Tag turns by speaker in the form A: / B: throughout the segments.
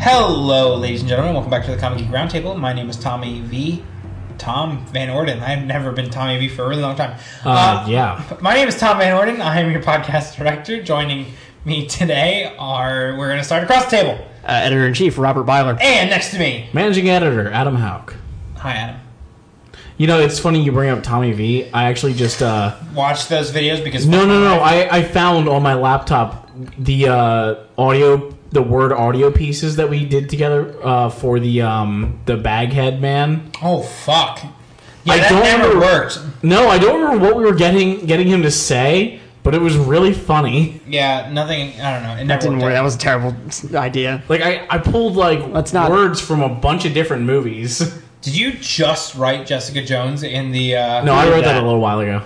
A: Hello, ladies and gentlemen. Welcome back to the Comedy Roundtable. My name is Tommy V. Tom Van Orden. I've never been Tommy V for a really long time.
B: Uh, yeah.
A: My name is Tom Van Orden. I am your podcast director. Joining me today are we're going to start across the table,
B: Uh, Editor in chief Robert Byler,
A: and next to me,
B: managing editor Adam Hauk.
A: hi Adam.
B: You know, it's funny you bring up Tommy V. I actually just uh,
A: Watch those videos because
B: no, no, no. I, I found on my laptop the uh, audio, the word audio pieces that we did together uh, for the um, the Baghead Man.
A: Oh fuck! Yeah,
B: I
A: that
B: don't
A: never
B: remember-
A: worked.
B: No, I don't remember what we were getting getting him to say, but it was really funny.
A: Yeah, nothing. I don't know. It never
C: Didn't
A: worked
C: work.
A: out.
C: That was a terrible s- idea.
B: Like I, I pulled like
C: Let's not-
B: words from a bunch of different movies.
A: Did you just write Jessica Jones in the? Uh,
B: No, I
C: did
B: wrote that
C: that.
B: a little while ago.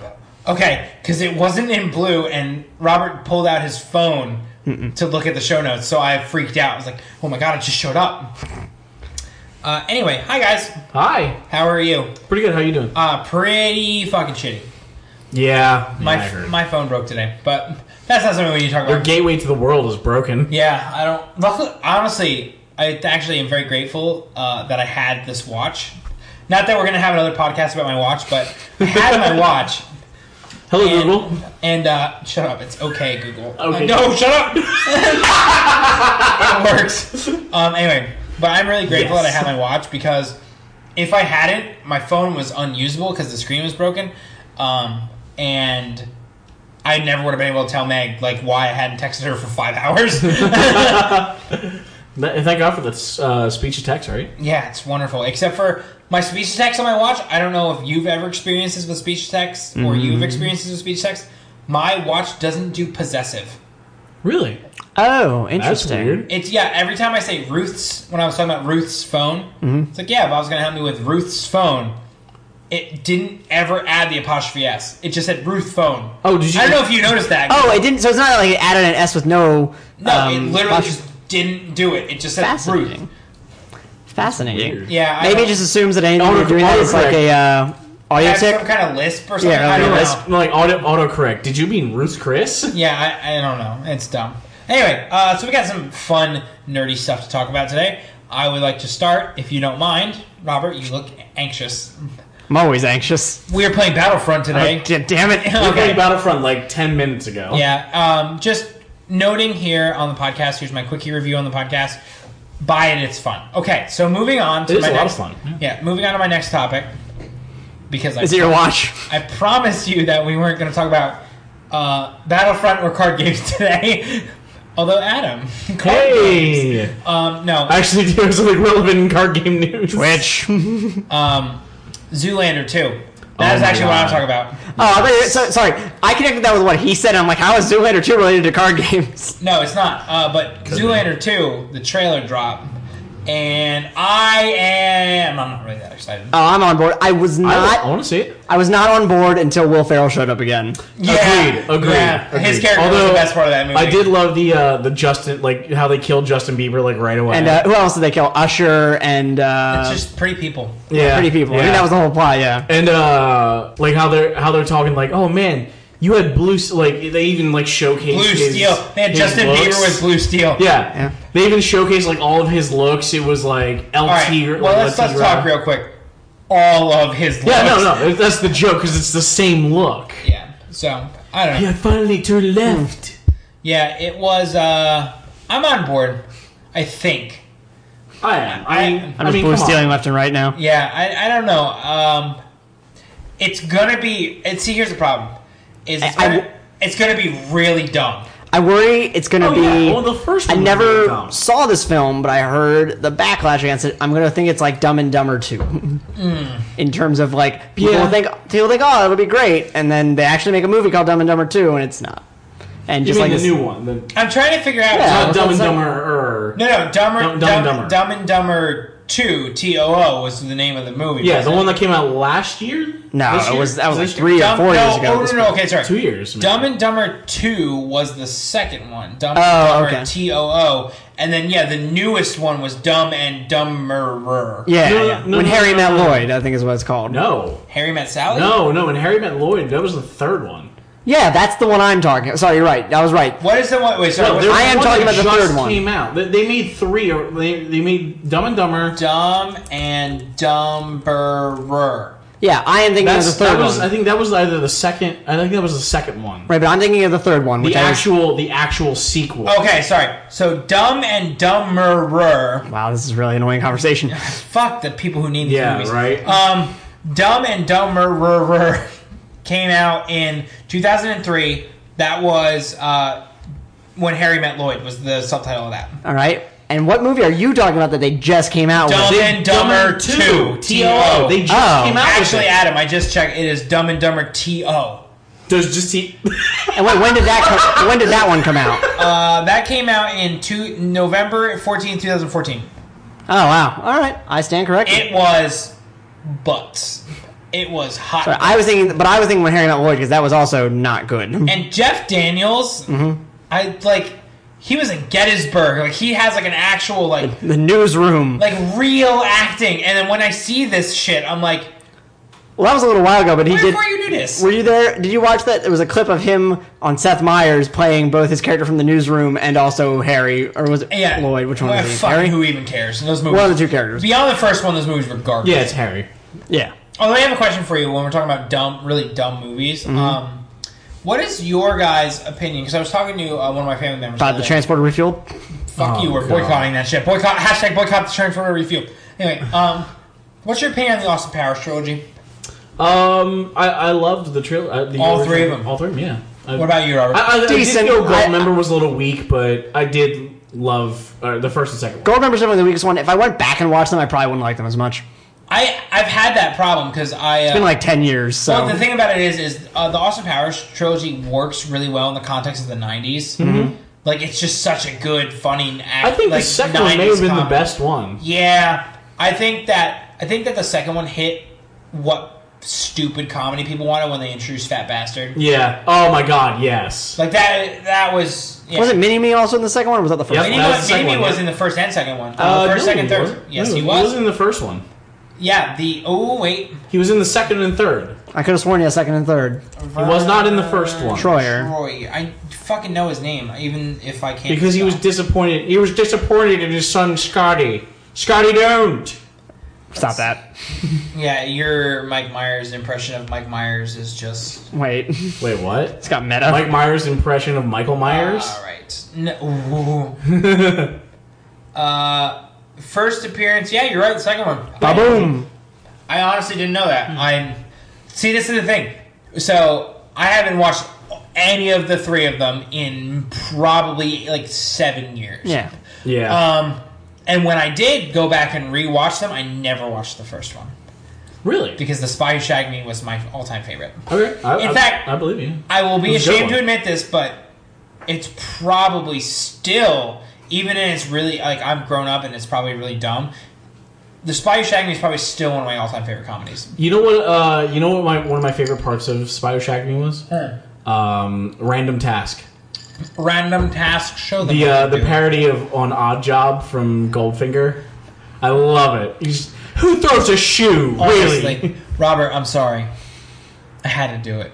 A: Okay, because it wasn't in blue, and Robert pulled out his phone to look at the show notes, so I freaked out. I was like, oh my god, it just showed up. Uh, anyway, hi guys.
B: Hi,
A: How are you?
B: pretty good. How you doing?
A: Uh, pretty fucking shitty.
B: Yeah,
A: My,
B: yeah, I heard.
A: my phone broke today, but that's not something we need to talk
B: Your
A: about.
B: gateway to the world is broken.
A: yeah, I don't. Luckily, honestly, I actually am very grateful uh, that I had this watch. Not that we're going to have another podcast about my watch, but I had my watch.
B: Hello,
A: And,
B: Google.
A: And uh, shut up. It's okay, Google.
B: Okay.
A: Uh, no, shut up. it works. Um, anyway, but I'm really grateful that
B: Yes.
A: I had my watch because if I hadn't, my phone was unusable because the screen was broken, um, and I never would have been able to tell Meg like why I hadn't texted her for five hours.
B: Th- Thank God for the uh, speech to text, right?
A: yeah, it's wonderful. Except for my speech to text on my watch. I don't know if you've ever experienced this with speech to text or you've experienced this with speech to text. My watch doesn't do possessive.
B: Really?
C: Oh,
B: That's
C: interesting.
B: weird.
A: It's yeah. Every time I say Ruth's, when I was talking about Ruth's phone,
C: Mm-hmm.
A: it's like yeah. If I was gonna help me with Ruth's phone, it didn't ever add the apostrophe s. It just said Ruth phone.
B: Oh, did you-
A: I don't know if you noticed that.
C: Oh, it didn't. So it's not like it added an S with no.
A: no, it
C: um,
A: literally
C: apostrophe.
A: just didn't do it. It just said Ruth.
C: fascinating.
B: weird.
C: Fascinating.
A: Yeah, I
C: Maybe
A: don't-
C: it just assumes that anything
B: Auto-
C: you're doing that is like a uh,
A: I
C: audio
A: have some
C: tick.
A: kind of lisp or something.
C: Yeah,
A: I don't
C: okay.
A: know.
B: That's like auto autocorrect. Did you mean Ruth Chris?
A: Yeah, I, I don't know. It's dumb. Anyway, uh, so we got some fun, nerdy stuff to talk about today. I would like to start, if you don't mind, Robert. You look anxious.
C: I'm always anxious.
A: We are playing Battlefront today.
C: Oh, d- damn it.
B: We
A: Okay.
B: played Battlefront like ten minutes ago.
A: Yeah. Um, just noting here on the podcast. Here's my quickie review on the podcast. Buy it. It's fun. Okay. So moving on to
B: It is
A: my
B: a lot
A: next,
B: of fun.
A: Yeah. Moving on to my next topic because I,
C: Is it your watch?
A: I promised you that we weren't going to talk about uh, Battlefront or card games today. Although Adam, card games.
B: Hey!
A: Um, no.
B: Actually, there's something relevant in card game news.
C: Which? oh,
A: Um, Zoolander two. That
B: Oh
A: is
B: my
A: actually what I'm
B: God.
A: talking about.
C: Oh, I thought you were- so, sorry. I connected that with what he said. and I'm like, how is Zoolander 2 related to card games?
A: No, it's not. Uh, but Zoolander 2, the trailer dropped. And I am. I'm not really that excited.
C: Oh, I'm on board. I was
B: I,
C: not.
B: want to see it.
C: I was not on board until Will Ferrell showed up again.
B: Agreed. Agreed. Agreed.
A: His character was
B: Although,
A: the best part of that movie.
B: I did love the uh, the Justin like how they killed Justin Bieber like right away.
C: And uh, who else did they kill? Usher and uh,
A: It's just pretty people.
B: yeah,
C: pretty people. I
B: Yeah.
C: think that was the whole plot. Yeah.
B: and uh like how they're how they're talking like oh man you had blue S- like they even like showcased
A: Blue
B: his,
A: Steel. Man,
B: his
A: Justin
B: looks.
A: Bieber was Blue Steel.
B: yeah.
C: Yeah.
B: they even showcased like all of his looks it was like LT
A: All right.
B: like,
A: Well, let's, let's talk real quick. All of his looks.
B: yeah no no that's the joke because it's the same look
A: Yeah. So, I don't know.
B: yeah finally turned left
A: Yeah, it was. uh I'm on board, I think.
B: I am I
A: I'm
B: am
C: I'm
B: I
C: just
B: mean
C: blue
B: come on.
C: stealing left and right now.
A: Yeah, I, I don't know. Um, it's gonna be. And see, here's the problem. Is it's,
C: I- I
A: gonna,
C: w-
A: it's gonna be really dumb.
C: I worry it's gonna
B: Oh,
C: be.
B: yeah. Well, the first
C: I
B: one was really
C: never
B: dumb.
C: saw this film, but I heard the backlash against it. I'm gonna think it's like Dumb and Dumber Two,
B: Hmm.
C: in terms of like people
B: Yeah.
C: think people think oh it'll be great, and then they actually make a movie called Dumb and Dumber Two, and it's not. And
B: you
C: just
B: mean
C: like
B: the
C: this,
B: new one the
A: I'm trying to figure out.
C: Yeah.
B: not Dumb and
C: What's that?
B: Dumber
A: No, no, dumber, dumb,
B: Dumb- Dumb and Dumber.
A: dumb and dumber two. T O O was the name of the movie.
B: yeah
A: wasn't
B: the
A: it?
B: one that came out last year
C: no,
B: This
C: it
B: year?
C: was that was like
B: This year?
C: three or
A: Dumb,
C: four
A: no,
C: years ago.
A: Oh,
C: this
A: no, no,
C: film.
A: okay, sorry.
B: two years maybe.
A: Dumb and Dumber Two was the second one. Dumb and
C: Oh,
A: Dumber
C: okay.
A: T O O, and then yeah, the newest one was Dumb and Dumberer.
C: Yeah,
B: No,
C: yeah.
B: no,
C: when
B: no,
C: Harry
B: no,
C: met
B: no, no.
C: Lloyd, I think is what it's called.
B: no
A: Harry Met Sally.
B: no no and Harry Met Lloyd that was the third one
C: Yeah, that's the one I'm talking. Sorry, you're right. I was right.
A: What is the one? Wait, sorry.
B: No,
A: what's
B: there's
C: I am
B: one
C: talking
B: that
C: about the
B: just
C: third one.
B: Came out. They, they made three, or they, they made Dumb and Dumber.
A: Dumb and Dumberer.
C: Yeah, I am thinking of the
B: That's that
C: third
B: was. I
C: one.
B: think that was either the second. I think that was the second one.
C: Right, but I'm thinking of the third one,
B: The
C: which I was-
B: actual, the actual sequel.
A: Okay, sorry. So Dumb and Dumberer.
C: Wow, this is really annoying conversation.
A: Fuck the people who name these
B: Yeah,
A: movies.
B: right.
A: Um, Dumb and Dumberer came out in 2003. That was uh, when Harry Met Lloyd was the subtitle of that.
B: Oh,
C: All right. And what movie are you talking about that they just came out
A: Dumb
C: with?
A: and Dumber Two.
B: T O O. They just
C: Oh.
B: came out.
A: Actually,
B: with
A: Adam, I just checked. It is Dumb and Dumber T O.
B: it. there's just T.
C: And wait, when did that come, when did that one come out?
A: Uh, that came out in two, November 14, 2014.
C: Oh wow. All right. I stand corrected.
A: It was butts. It was hot.
C: Sorry, I was thinking, but I was thinking when Harry Met Lloyd because that was also not good.
A: and Jeff Daniels,
C: Mm-hmm.
A: I like. He was in Gettysburg. Like he has like an actual like
C: the newsroom.
A: like real acting. And then when I see this shit, I'm like,
C: well, that was a little while ago, but he
A: where,
C: did.
A: where you do this?
C: Were you there? Did you watch that? There was a clip of him on Seth Meyers playing both his character from the newsroom and also Harry, or was it
A: yeah,
C: Lloyd? Which one
A: Well,
C: was he?
A: fuck,
C: Harry.
A: Who even cares? Those movies.
C: One of the two characters.
A: Beyond the first one, those movies were garbage.
B: Yeah, it's Harry.
C: Yeah.
A: Although I have a question for you when we're talking about dumb, really dumb movies.
C: Mm-hmm.
A: Um, what is your guys' opinion? Because I was talking to uh, one of my family members
C: About the
A: other day.
C: transporter refueled.
A: Fuck
B: Oh,
A: you, we're
B: God.
A: boycotting that shit. Boycott hashtag boycott the transformer refuel. Anyway, um, what's your opinion on the Austin Powers trilogy?
B: Um, I, I loved the trailer. Uh, the
A: All
B: original-
A: three of them.
B: All three of them. Yeah. I,
A: What about you, Robert?
B: I, I,
C: Decent.
B: I did feel
C: I-
B: Goldmember was a little weak, but I did love uh, the first and second. one.
C: Gold members are the weakest one. If I went back and watched them, I probably wouldn't like them as much.
A: I I've had that problem because I uh,
C: It's been like ten years, so
A: well, the thing about it is is uh, the Austin Powers trilogy works really well in the context of the 90s
B: Mm-hmm.
A: Like it's just such a good, funny. Act,
B: I think
A: like,
B: the second one may
A: 90s
B: have been the
A: comedy.
B: best one.
A: Yeah, I think that I think that the second one hit what stupid comedy people wanted when they introduced Fat Bastard.
B: Yeah. Oh my God. Yes.
A: Like that. That was yeah.
C: was it Mini Me also in the second one? or Was that the first?
B: Yep.
C: one?
A: Maybe,
B: That was
A: was,
B: the second
A: maybe
B: one,
A: was
B: yeah.
A: in the first and second one.
B: Uh,
A: first,
B: no,
A: second,
B: he
A: third.
B: wasn't.
A: Yes,
B: No,
A: he was.
B: in the first one.
A: Yeah, the oh wait,
B: He was in the second and third.
C: I could have sworn yeah, second and third.
B: He was not in the first one
C: Troyer.
A: Troy. I fucking know his name, even if I can't.
B: because he was
A: spell.
B: disappointed. He was disappointed in his son Scotty. Scotty, don't.
C: Stop that.
A: yeah, your Mike Myers impression of Mike Myers is just.
C: Wait, it's
B: Wait, what?
C: got meta.
B: Mike Myers' impression of Michael Myers.
A: All uh, right. No. ooh. uh, first appearance. Yeah, you're right. The second one.
C: Ba boom.
A: I honestly didn't know that. I'm see. This is the thing. So I haven't watched any of the three of them in probably like seven years.
C: Yeah.
B: Yeah.
A: Um, and when I did go back and rewatch them, I never watched the first one
B: really?
A: because The Spy Who Shagged Me was my all-time favorite.
B: Okay. I,
A: In
B: I-
A: fact-
B: I believe you.
A: I will be
B: It was a good
A: ashamed to
B: one.
A: admit this, but it's probably still, even in it's really like I've grown up and it's probably really dumb. The Spy Who Shagged Me is probably still one of my all-time favorite comedies.
B: You know what? Uh, you know what? My one of my favorite parts of Spyro Shagging was um, random task.
A: Random task show. them
B: The
A: what
B: uh,
A: they
B: the
A: do.
B: parody of on Odd Job from Goldfinger. I love it. He's, who throws a shoe?
A: Honestly,
B: Really?
A: Robert, I'm sorry. I had to do it.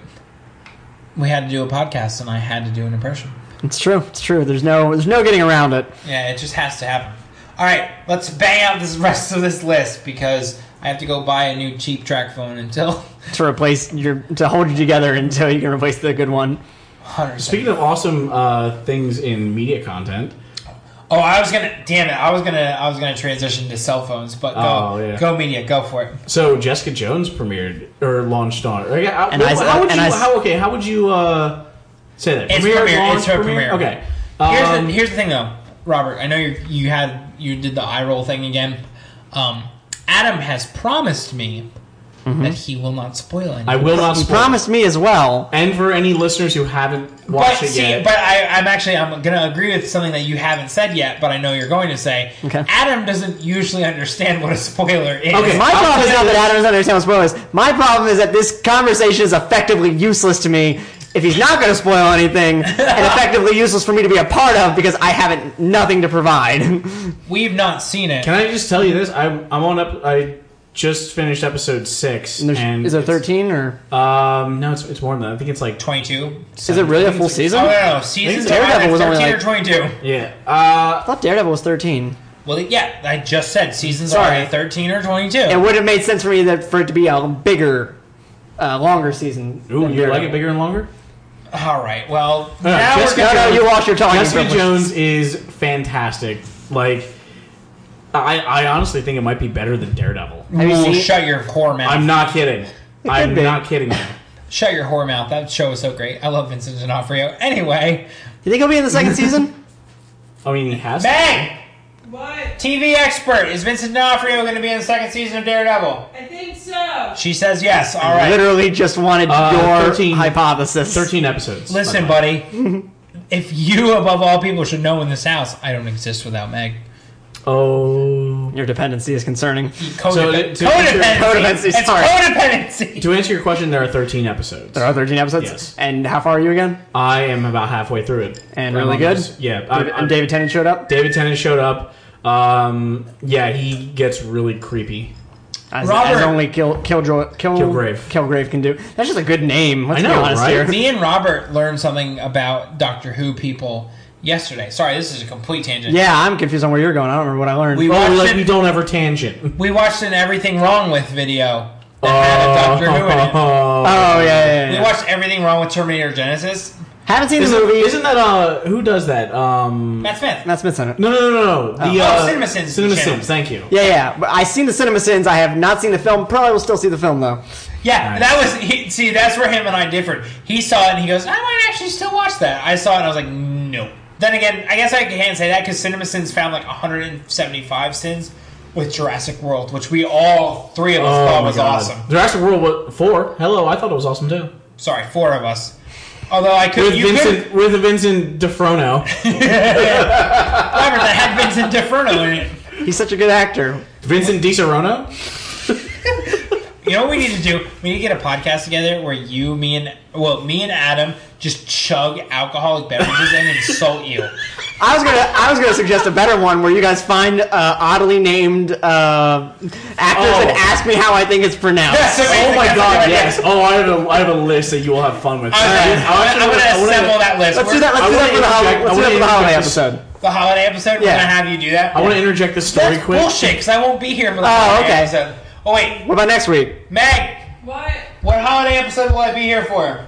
A: We had to do a podcast, and I had to do an impression.
C: It's true. It's true. There's no. There's no getting around it.
A: Yeah, it just has to happen. All right, let's bang out this rest of this list because I have to go buy a new cheap track phone until
C: to replace your to hold you together until you can replace the good one.
A: 100.
B: Speaking of awesome uh, things in media content,
A: Oh, I was gonna. Damn it! I was gonna. I was gonna transition to cell phones, but go,
B: Oh, yeah.
A: go media, go for it.
B: So Jessica Jones premiered or launched on. Or, yeah,
C: And
B: well,
C: I-
B: how would
C: and
B: you?
C: I-
B: how okay? How would you uh, say that?
A: It's premiere, it's her premiere.
B: Okay.
A: Here's
B: Um,
A: the here's the thing though, Robert. I know you you had you did the eye roll thing again. Um, Adam has promised me that he will not spoil anything.
B: Mm-hmm. I will not
C: You
B: spoil.
C: promised me as well.
B: And for any listeners who haven't watched
A: but
B: it
A: see,
B: yet,
A: but I, I'm actually I'm gonna agree with something that you haven't said yet, but I know you're going to say.
C: Okay.
A: Adam doesn't usually understand what a spoiler is.
B: Okay.
C: My
B: I'll
C: problem is
B: say
C: not that
B: this.
C: Adam doesn't understand what spoilers. My problem is that this conversation is effectively useless to me if he's not going to spoil anything, and effectively useless for me to be a part of because I haven't nothing to provide.
A: we've not seen it.
B: can I just tell you this? I'm I'm on up. I just finished episode six.
C: And there's-
B: and
C: is there
B: it's-
C: 13 or
B: Um, no, it's, it's more than that. I think it's like twenty.
A: 22.
C: is it really a full
A: Oh,
C: season?
A: no,
C: I
A: no, no. Season's
C: Daredevil
A: Daredevil
C: was only
A: 13 or
C: like-
A: 22.
B: Yeah. Uh,
C: thought Daredevil was 13.
A: Well, yeah, I just said season's
C: Sorry.
A: already 13 or 22.
C: It would have made sense for me that for it to be a bigger, uh, longer season.
B: ooh,
C: than
B: you like
C: Daredevil.
B: it bigger and longer?
A: All right, well,
B: No,
A: now
B: Jessica-
A: we're
C: No,
A: gonna,
C: no, you lost your talking.
B: Jessica
C: privilege.
B: Jones is fantastic. Like, I I honestly think it might be better than Daredevil.
C: Have you
A: Ooh,
C: seen it?
A: shut your whore mouth.
B: I'm not kidding. I'm
C: be.
B: not kidding you.
A: Shut your whore mouth. That show was so great. I love Vincent D'Onofrio. Anyway,
C: You think he'll be in the second season?
B: I mean, he has.
A: Meg,
D: What?
A: TV expert, is Vincent D'Onofrio going to be in the second season of Daredevil?
D: I think so.
A: She says yes. All right.
C: Literally just wanted
B: Uh,
C: your
B: 13.
C: hypothesis.
B: Thirteen episodes.
A: Listen,
B: by
A: buddy. if you, above all people, should know in this house, I don't exist without Meg.
B: the way. Oh.
C: Your dependency is concerning.
A: Codepen-
B: to- to-
A: codependency.
C: Codependency,
A: It's
C: sorry.
A: codependency.
B: To answer your question, there are thirteen episodes.
C: There are 13 episodes.
B: Yes.
C: And how far are you again?
B: I am about halfway through it.
C: And
B: I'm
C: really good?
B: almost- Yeah. I'm-
C: and
B: I'm-
C: David Tennant showed up.
B: David Tennant showed up. Um, yeah, he gets really creepy.
C: As,
A: Robert-
C: as only Kill, Killjoy, Kill,
B: Kilgrave.
C: Kilgrave can do. That's just a good name. Let's
B: I know,
C: be honest
B: right?
C: here.
A: Me and Robert learned something about Doctor Who people yesterday. Sorry, this is a complete tangent.
C: Yeah, I'm confused on where you're going. I don't remember what I learned.
A: We
B: Oh,
A: watched
B: like
A: it-
B: we don't ever tangent.
A: We watched an Everything Wrong With video that had a Doctor Who in it.
C: oh, yeah, yeah, yeah,
A: We
C: yeah.
A: watched Everything Wrong With Terminator Genesis.
C: Haven't seen the
B: Isn't,
C: movie.
B: isn't that uh who does that? Um
A: Matt Smith.
C: Matt Smith's in it.
B: No no no no no. The
C: Oh.
B: uh
A: Oh, CinemaSins
B: Cinema
A: channel.
B: Sins, thank you.
C: Yeah, yeah. But I've seen the CinemaSins. I have not seen the film. Probably will still see the film though.
A: Yeah,
B: Nice.
A: that was he, see. That's where him and I differed. He saw it and he goes, "I might actually still watch that." I saw it and I was like, "No." Then again, I guess I can't say that because CinemaSins found like 175 sins with Jurassic World, which we all three of us
B: Oh
A: thought
B: my
A: was
B: God.
A: awesome.
B: Jurassic World wa- four. Hello, I thought it was awesome too.
A: Sorry, four of us. Although I could,
B: With
A: you
B: Vincent
A: could
B: with Vincent Defrono.
A: Robert that had Vincent D'Inferno in it.
C: He's such a good actor.
B: Vincent DiSerono?
A: You know what we need to do? We need to get a podcast together where you, me, and well, me and Adam just chug alcoholic beverages and insult you.
C: I was gonna, I was gonna suggest a better one where you guys find uh, oddly named uh, actors and
B: Oh.
C: ask me how I think it's pronounced.
A: That's amazing.
B: Oh my
A: That's a
B: god,
A: good idea.
B: yes. Oh I have a I have a list that you will have fun with.
A: I was like, I'm gonna- I'm
B: I
A: gonna
B: wanna-
A: assemble that list.
C: Let's
A: We're-
C: do that. Let's
B: I
C: do that
B: wanna
C: for the holiday.
B: interject-
C: Let's
B: I
C: do that for the
B: wanna
C: holiday
B: interject this-
C: episode.
A: The holiday episode.
C: Yeah.
A: We're gonna have you do that.
B: I wanna interject this story
A: That's
B: quick.
A: bullshit because I won't be here for the
C: Oh,
A: holiday
C: okay.
A: episode. Oh wait,
C: What about next week?
A: Meg,
D: What?
A: what holiday episode will I be here for?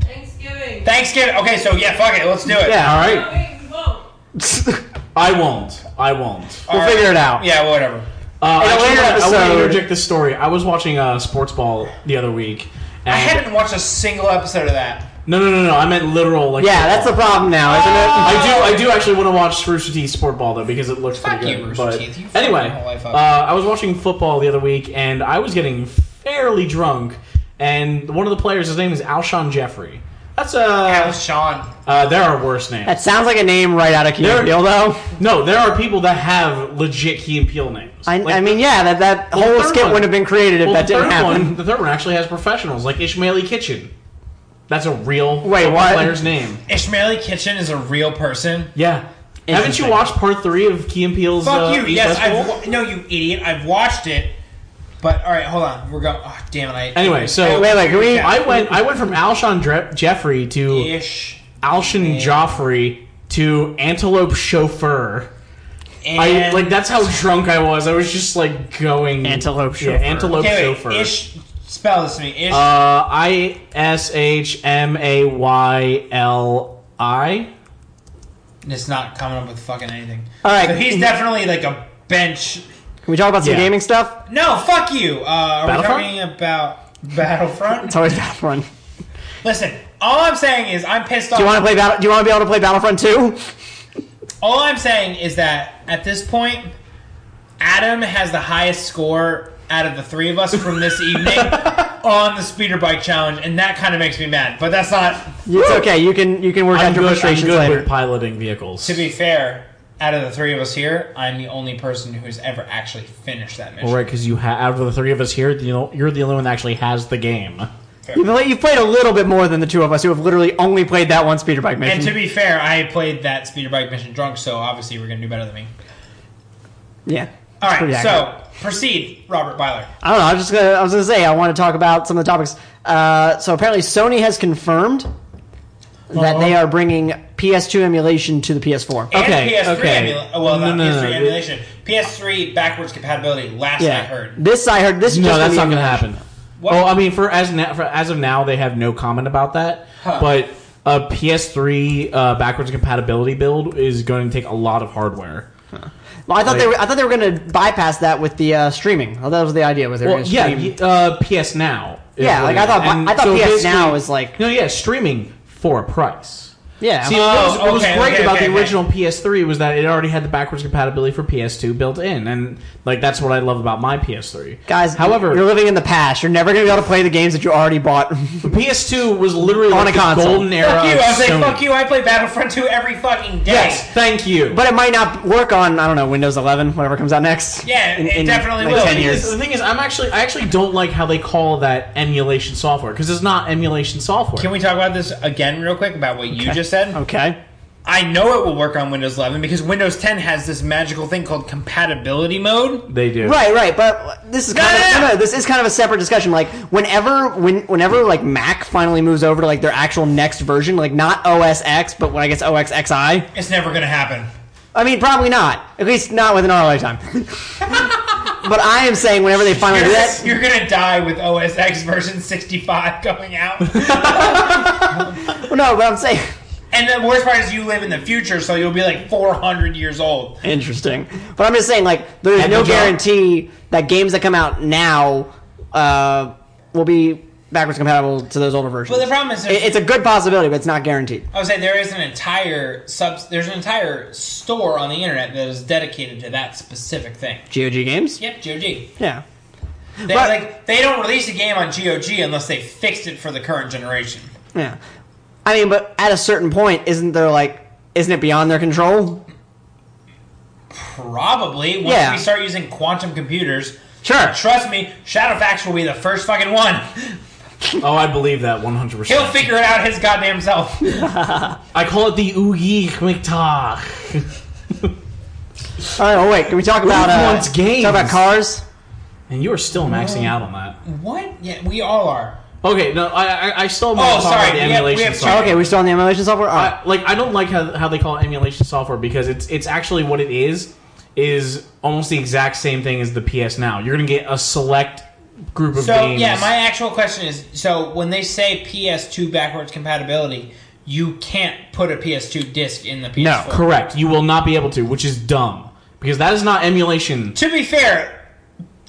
D: Thanksgiving.
A: Thanksgiving. Okay, so yeah, fuck it, let's do it.
C: Yeah.
D: No,
B: Alright.
D: wait, we won't.
B: I won't. I won't.
A: All
C: We'll
A: right.
C: figure it out.
A: Yeah, whatever.
B: Uh,
C: In a
B: actually,
C: later
B: I wanna- I want
C: episode-
B: to interject this story. I was watching uh, sports ball the other week. And
A: I haven't watched a single episode of that.
B: No, no, no, no. I meant literal. Like
C: Yeah, that's the
B: football.
C: problem now,
A: Ah.
C: isn't it?
B: I do, I do actually want to watch Rooster Teeth Sport Ball though because it looks
A: Fuck
B: pretty
A: you,
B: good.
A: Rooster
B: but
A: Teeth. You fucked
B: anyway,
A: my whole life
B: uh,
A: up.
B: I was watching football the other week and I was getting fairly drunk. And one of the players, his name is Alshon Jeffrey. That's
A: That
B: a.
A: was Sean.
B: Uh, there are worse names.
C: That sounds like a name right out of Key
B: There-
C: and Peele, though.
B: no, there are people that have legit Key and Peele names.
C: I,
B: Like,
C: I mean, yeah, that, that
B: the
C: whole
B: third
C: skit
B: one-
C: wouldn't have been created if
B: well,
C: that
B: the
C: didn't
B: third
C: happen.
B: One, the third one actually has professionals like Ishmaeli Kitchen. That's a real
C: Wait,
B: football
C: what?
B: player's name.
A: Ishmaeli Kitchen is a real person.
B: Yeah. Haven't you
C: Interesting.
B: watched part three of Key and Peele's?
A: Fuck
B: uh,
A: you.
B: East
A: Yes,
B: West
A: I've
B: Bowl?
A: wa- no, you idiot. I've watched it, but all right, hold on. We're going. Oh, damn it! I
B: Anyway, so-
A: I-
C: Wait, wait, can we-
B: I went. I went from Alshon Dre- Jeffrey to
A: ish
B: Alshon Joffrey to Antelope Chauffeur.
A: and
B: I like that's how drunk I was. I was just like going
C: Antelope Chauffeur.
B: Yeah, Antelope
A: Okay,
B: Chauffeur.
A: wait, ish. Spell this to me. Ish.
B: Uh, I S H M A Y L I.
A: It's not coming up with fucking anything.
C: All right.
A: So he's definitely like a bench.
C: Can we talk about some
B: Yeah.
C: gaming stuff?
A: No, fuck you. Uh, are we
B: Battlefront?
A: talking about Battlefront?
C: It's always Battlefront. Do
A: Listen, all I'm saying is I'm pissed off.
C: you want to play battle? Do you want to be able to play Battlefront 2?
A: all I'm saying is that at this point, Adam has the highest score out of the three of us from this evening on the speeder bike challenge, and that kind of makes me mad. But that's not
C: It's okay. You can you can work
B: I'm
C: out your
B: good, I'm
C: frustrations
B: good
C: later.
B: with piloting vehicles.
A: to be fair. Out of the three of us here, I'm the only person who's ever actually finished that mission.
B: All right, because you ha- out of the three of us here, you know, you're the only one that actually has the game.
C: You've, played- you've played a little bit more than the two of us who have literally only played that one speeder bike mission.
A: And to be fair, I played that speeder bike mission drunk, so obviously we're gonna do better than me.
C: yeah.
A: All
C: It's pretty
A: right,
C: accurate.
A: so Proceed, Robert Byler.
C: I don't know. I was just gonna. I was gonna say I want to talk about some of the topics. Uh, so apparently, Sony has confirmed that
A: Uh-oh.
C: they are bringing PS2 emulation to the PS4.
A: And
B: Okay,
A: PS3
B: okay.
A: emula- oh, well,
B: No,
A: not
B: no,
A: PS3
B: no.
A: emulation. PS3 backwards compatibility. Last I heard.
C: This I heard. This is
B: No,
C: just
B: that's
C: the-
B: not going to happen.
A: What?
B: Oh, I mean, for as na- for, as of now, they have no comment about that.
A: Huh.
B: But a PS3 uh, backwards compatibility build is going to take a lot of hardware.
C: Well, I thought they
B: Like-
C: were. I thought they were going to bypass that with the uh, streaming. I thought that was the idea. Was they were
B: Well,
C: going to
B: yeah,
C: stream?
B: y- uh, PS Now. is
C: Yeah,
B: what
C: like, I
B: it-
C: thought-
B: and
C: I thought PS
B: basically-
C: Now is like-
B: no, yeah, streaming for a price.
C: Yeah. oh,
B: See, what was, what was
A: okay,
B: great
A: okay,
B: about
A: okay,
B: the
A: okay.
B: original PS3 was that it already had the backwards compatibility for PS2 built in, and like that's what I love about my PS3.
C: guys.
B: however,
C: you're living in the past. You're never going to be able to play the games that you already bought.
B: PS2 was literally
C: On
B: like
C: a
B: the
C: console.
B: golden era.
A: Fuck you!
B: of
A: I was like,
B: Sony.
A: fuck you! I play Battlefront 2 every fucking day.
B: Yes, thank you.
C: but it might not work on I don't know Windows 11, whatever comes out next.
A: Yeah, it definitely
C: like
A: will.
C: 10
A: It
C: years.
B: The thing is, I'm actually I actually don't like how they call that emulation software because it's not emulation software.
A: Can we talk about this again, real quick, about what you just said?
C: Okay.
A: I know it will work on Windows 11 because Windows 10 has this magical thing called compatibility mode.
B: they do
C: Right, right, but this is
A: No,
C: kind of,
A: no,
C: no,
A: no.
C: no, this is kind of a separate discussion. Like whenever, when, whenever like Mac finally moves over to like their actual next version, like not OS X, but when I guess OS XI.
A: It's never gonna happen.
C: I mean, probably not. At least not within our lifetime. but I am saying whenever they finally do
A: You're,
C: that,
A: you're gonna die with OS X version 65 coming out.
C: well, no. But I'm saying
A: and the worst part is you live in the future, so you'll be like 400 years old.
C: interesting. But I'm just saying like there's
B: Had
C: no
B: the job.
C: guarantee that games that come out now uh, will be backwards compatible to those older versions.
A: But the problem is,
C: It-
A: there's-
C: it's a good possibility, but it's not guaranteed.
A: I was saying there is an entire sub. There's an entire store on the internet that is dedicated to that specific thing.
C: GOG games.
A: Yep, GOG.
C: Yeah.
A: They
C: But-
A: like they don't release a game on GOG unless they fixed it for the current generation.
C: Yeah. I mean, but at a certain point, isn't there like, isn't it beyond their control?
A: Probably once
C: Yeah.
A: we start using quantum computers.
C: Sure.
A: Trust me, Shadowfax will be the first fucking one.
B: Oh, I believe that 100.
A: He'll
B: percent
A: figure it out his goddamn self.
B: I call it the Oogie McTach.
C: Oh, no, wait, can we talk about uh,
B: wants games?
C: talk about cars?
B: and you are still maxing out on that.
A: what? Yeah, we all are.
B: Okay, no, I I, I still want
A: Oh,
B: to talk about
A: sorry,
B: the
A: we have- we
B: emulation
A: have two-
B: software.
C: Okay, we're still on the emulation software. All right.
B: I, like I don't like how, how they call it emulation software because it's it's actually what it is is almost the exact same thing as the PS Now. You're gonna get a select group of
A: So
B: games.
A: yeah, my actual question is: so when they say PS2 backwards compatibility, you can't put a PS2 disc in the PS4.
C: No,
B: correct. You will not be able to, which is dumb because that is not emulation.
A: To be fair,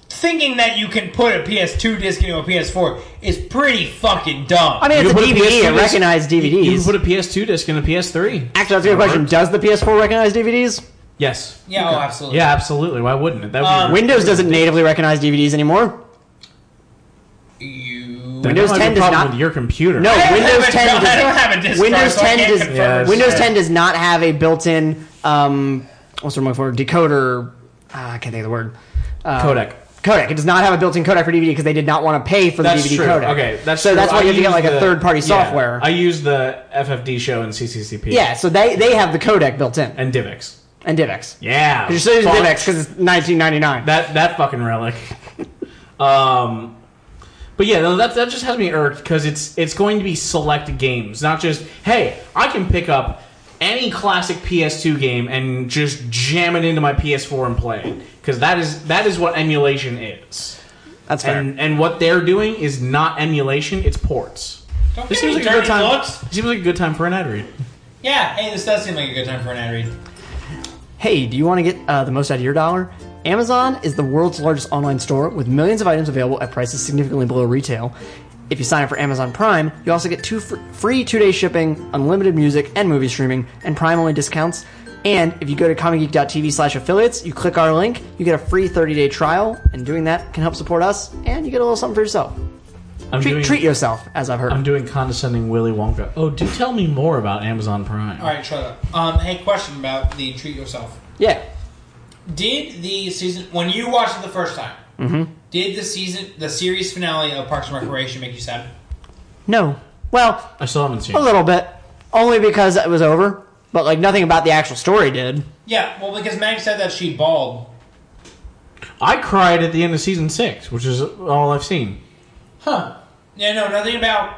A: thinking that you can put a PS2 disc into a PS4 is pretty fucking dumb.
C: I mean,
B: You
C: it's a
B: can put
C: DVD.
B: PS2
C: It
B: disc-
C: recognized DVDs.
B: You can put a PS2 disc in a PS3.
C: Actually, that's a good question. Does the PS4 recognize DVDs?
B: Uh, Yes.
A: yeah, oh, absolutely.
B: Yeah, absolutely. Why wouldn't it? That would
C: Uh,
A: Um,
B: be weird.
C: Windows doesn't natively recognize DVDs anymore.
A: You.
B: That
C: Windows
B: might be a
C: 10 does
B: problem
C: not-
B: with your computer.
C: No.
A: I don't
C: Windows
A: have a-
C: 10
A: no, I
C: does-
A: don't have a disc.
C: Windows
A: drive, so I
C: 10
A: can't
C: does
A: confirm.
B: Yes.
C: Windows
B: right.
C: 10 does not have a built-in um, what's the word for it? decoder? ah I can't think of the word. Uh,
B: Codec.
C: Codec. It does not have a built-in codec for DVD because they did not want to pay for the
B: That's
C: DVD
B: true.
C: codec.
B: Okay, that's
C: so
B: true.
C: that's why
B: I
C: you have to get
B: use
C: like
B: the-
C: a third-party
B: yeah,
C: software.
B: I use the FFD show and CCCP.
C: yeah, so they they have the codec built in
B: And DivX.
C: and DivX.
B: Yeah.
C: You're still using
B: Fuck.
C: DivX because it's 1999.
B: That that fucking relic. um, but yeah, no, that that just has me irked because it's it's going to be select games, not just hey, I can pick up any classic PS2 game and just jam it into my PS4 and play it because that is that is what emulation is,
C: that's fair.
B: and and what they're doing is not emulation, it's ports.
A: Don't
B: This
A: give
B: seems
A: me
B: like a good
A: dirty
B: time.
A: looks.
B: Seems like a good time for an ad read.
A: Yeah, hey, this does seem like a good time for an ad read.
C: Hey, do you want to get uh, the most out of your dollar? Amazon is the world's largest online store with millions of items available at prices significantly below retail. If you sign up for Amazon Prime, you also get two fr- free two-day shipping, unlimited music and movie streaming, and Prime-only discounts. And if you go to comicgeek.tv slash affiliates, you click our link, you get a free 30-day trial, and doing that can help support us, and you get a little something for yourself.
B: I'm
C: Treat,
B: doing
C: treat yourself, as I've heard.
B: I'm doing condescending Willy Wonka. Oh, do tell me more about Amazon Prime.
A: All right, shut up. Um, hey, question about the treat yourself.
C: yeah.
A: Did the season when you watched it the first time?
B: Mm-hmm.
A: Did the season, the series finale of Parks and Recreation make you sad?
C: No. Well,
B: I still haven't seen.
C: a
B: it.
C: little bit. Only because it was over, but like nothing about the actual story did.
A: Yeah, well, because Meg said that she bawled
B: I cried at the end of season six, which is all I've seen.
A: Huh. Yeah, no, nothing about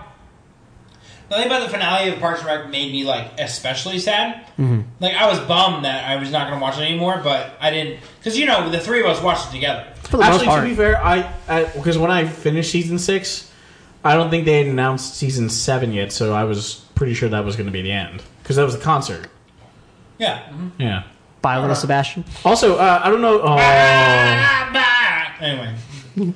A: nothing about the finale of Parks and Rec made me like especially sad. Mm-hmm. Like I was bummed that I was not going to watch it anymore, but I didn't because you know the three of us watched it together.
C: For the
B: Actually,
C: most
B: to
C: part.
B: be fair, I because when I finished season six, I don't think they had announced season seven yet, so I was pretty sure that was going to be the end because that was the concert.
A: Yeah. Mhm.
B: Yeah.
C: Bye, little Sebastian.
B: Also, uh, I don't know. Oh.
A: Ah, bah. Anyway,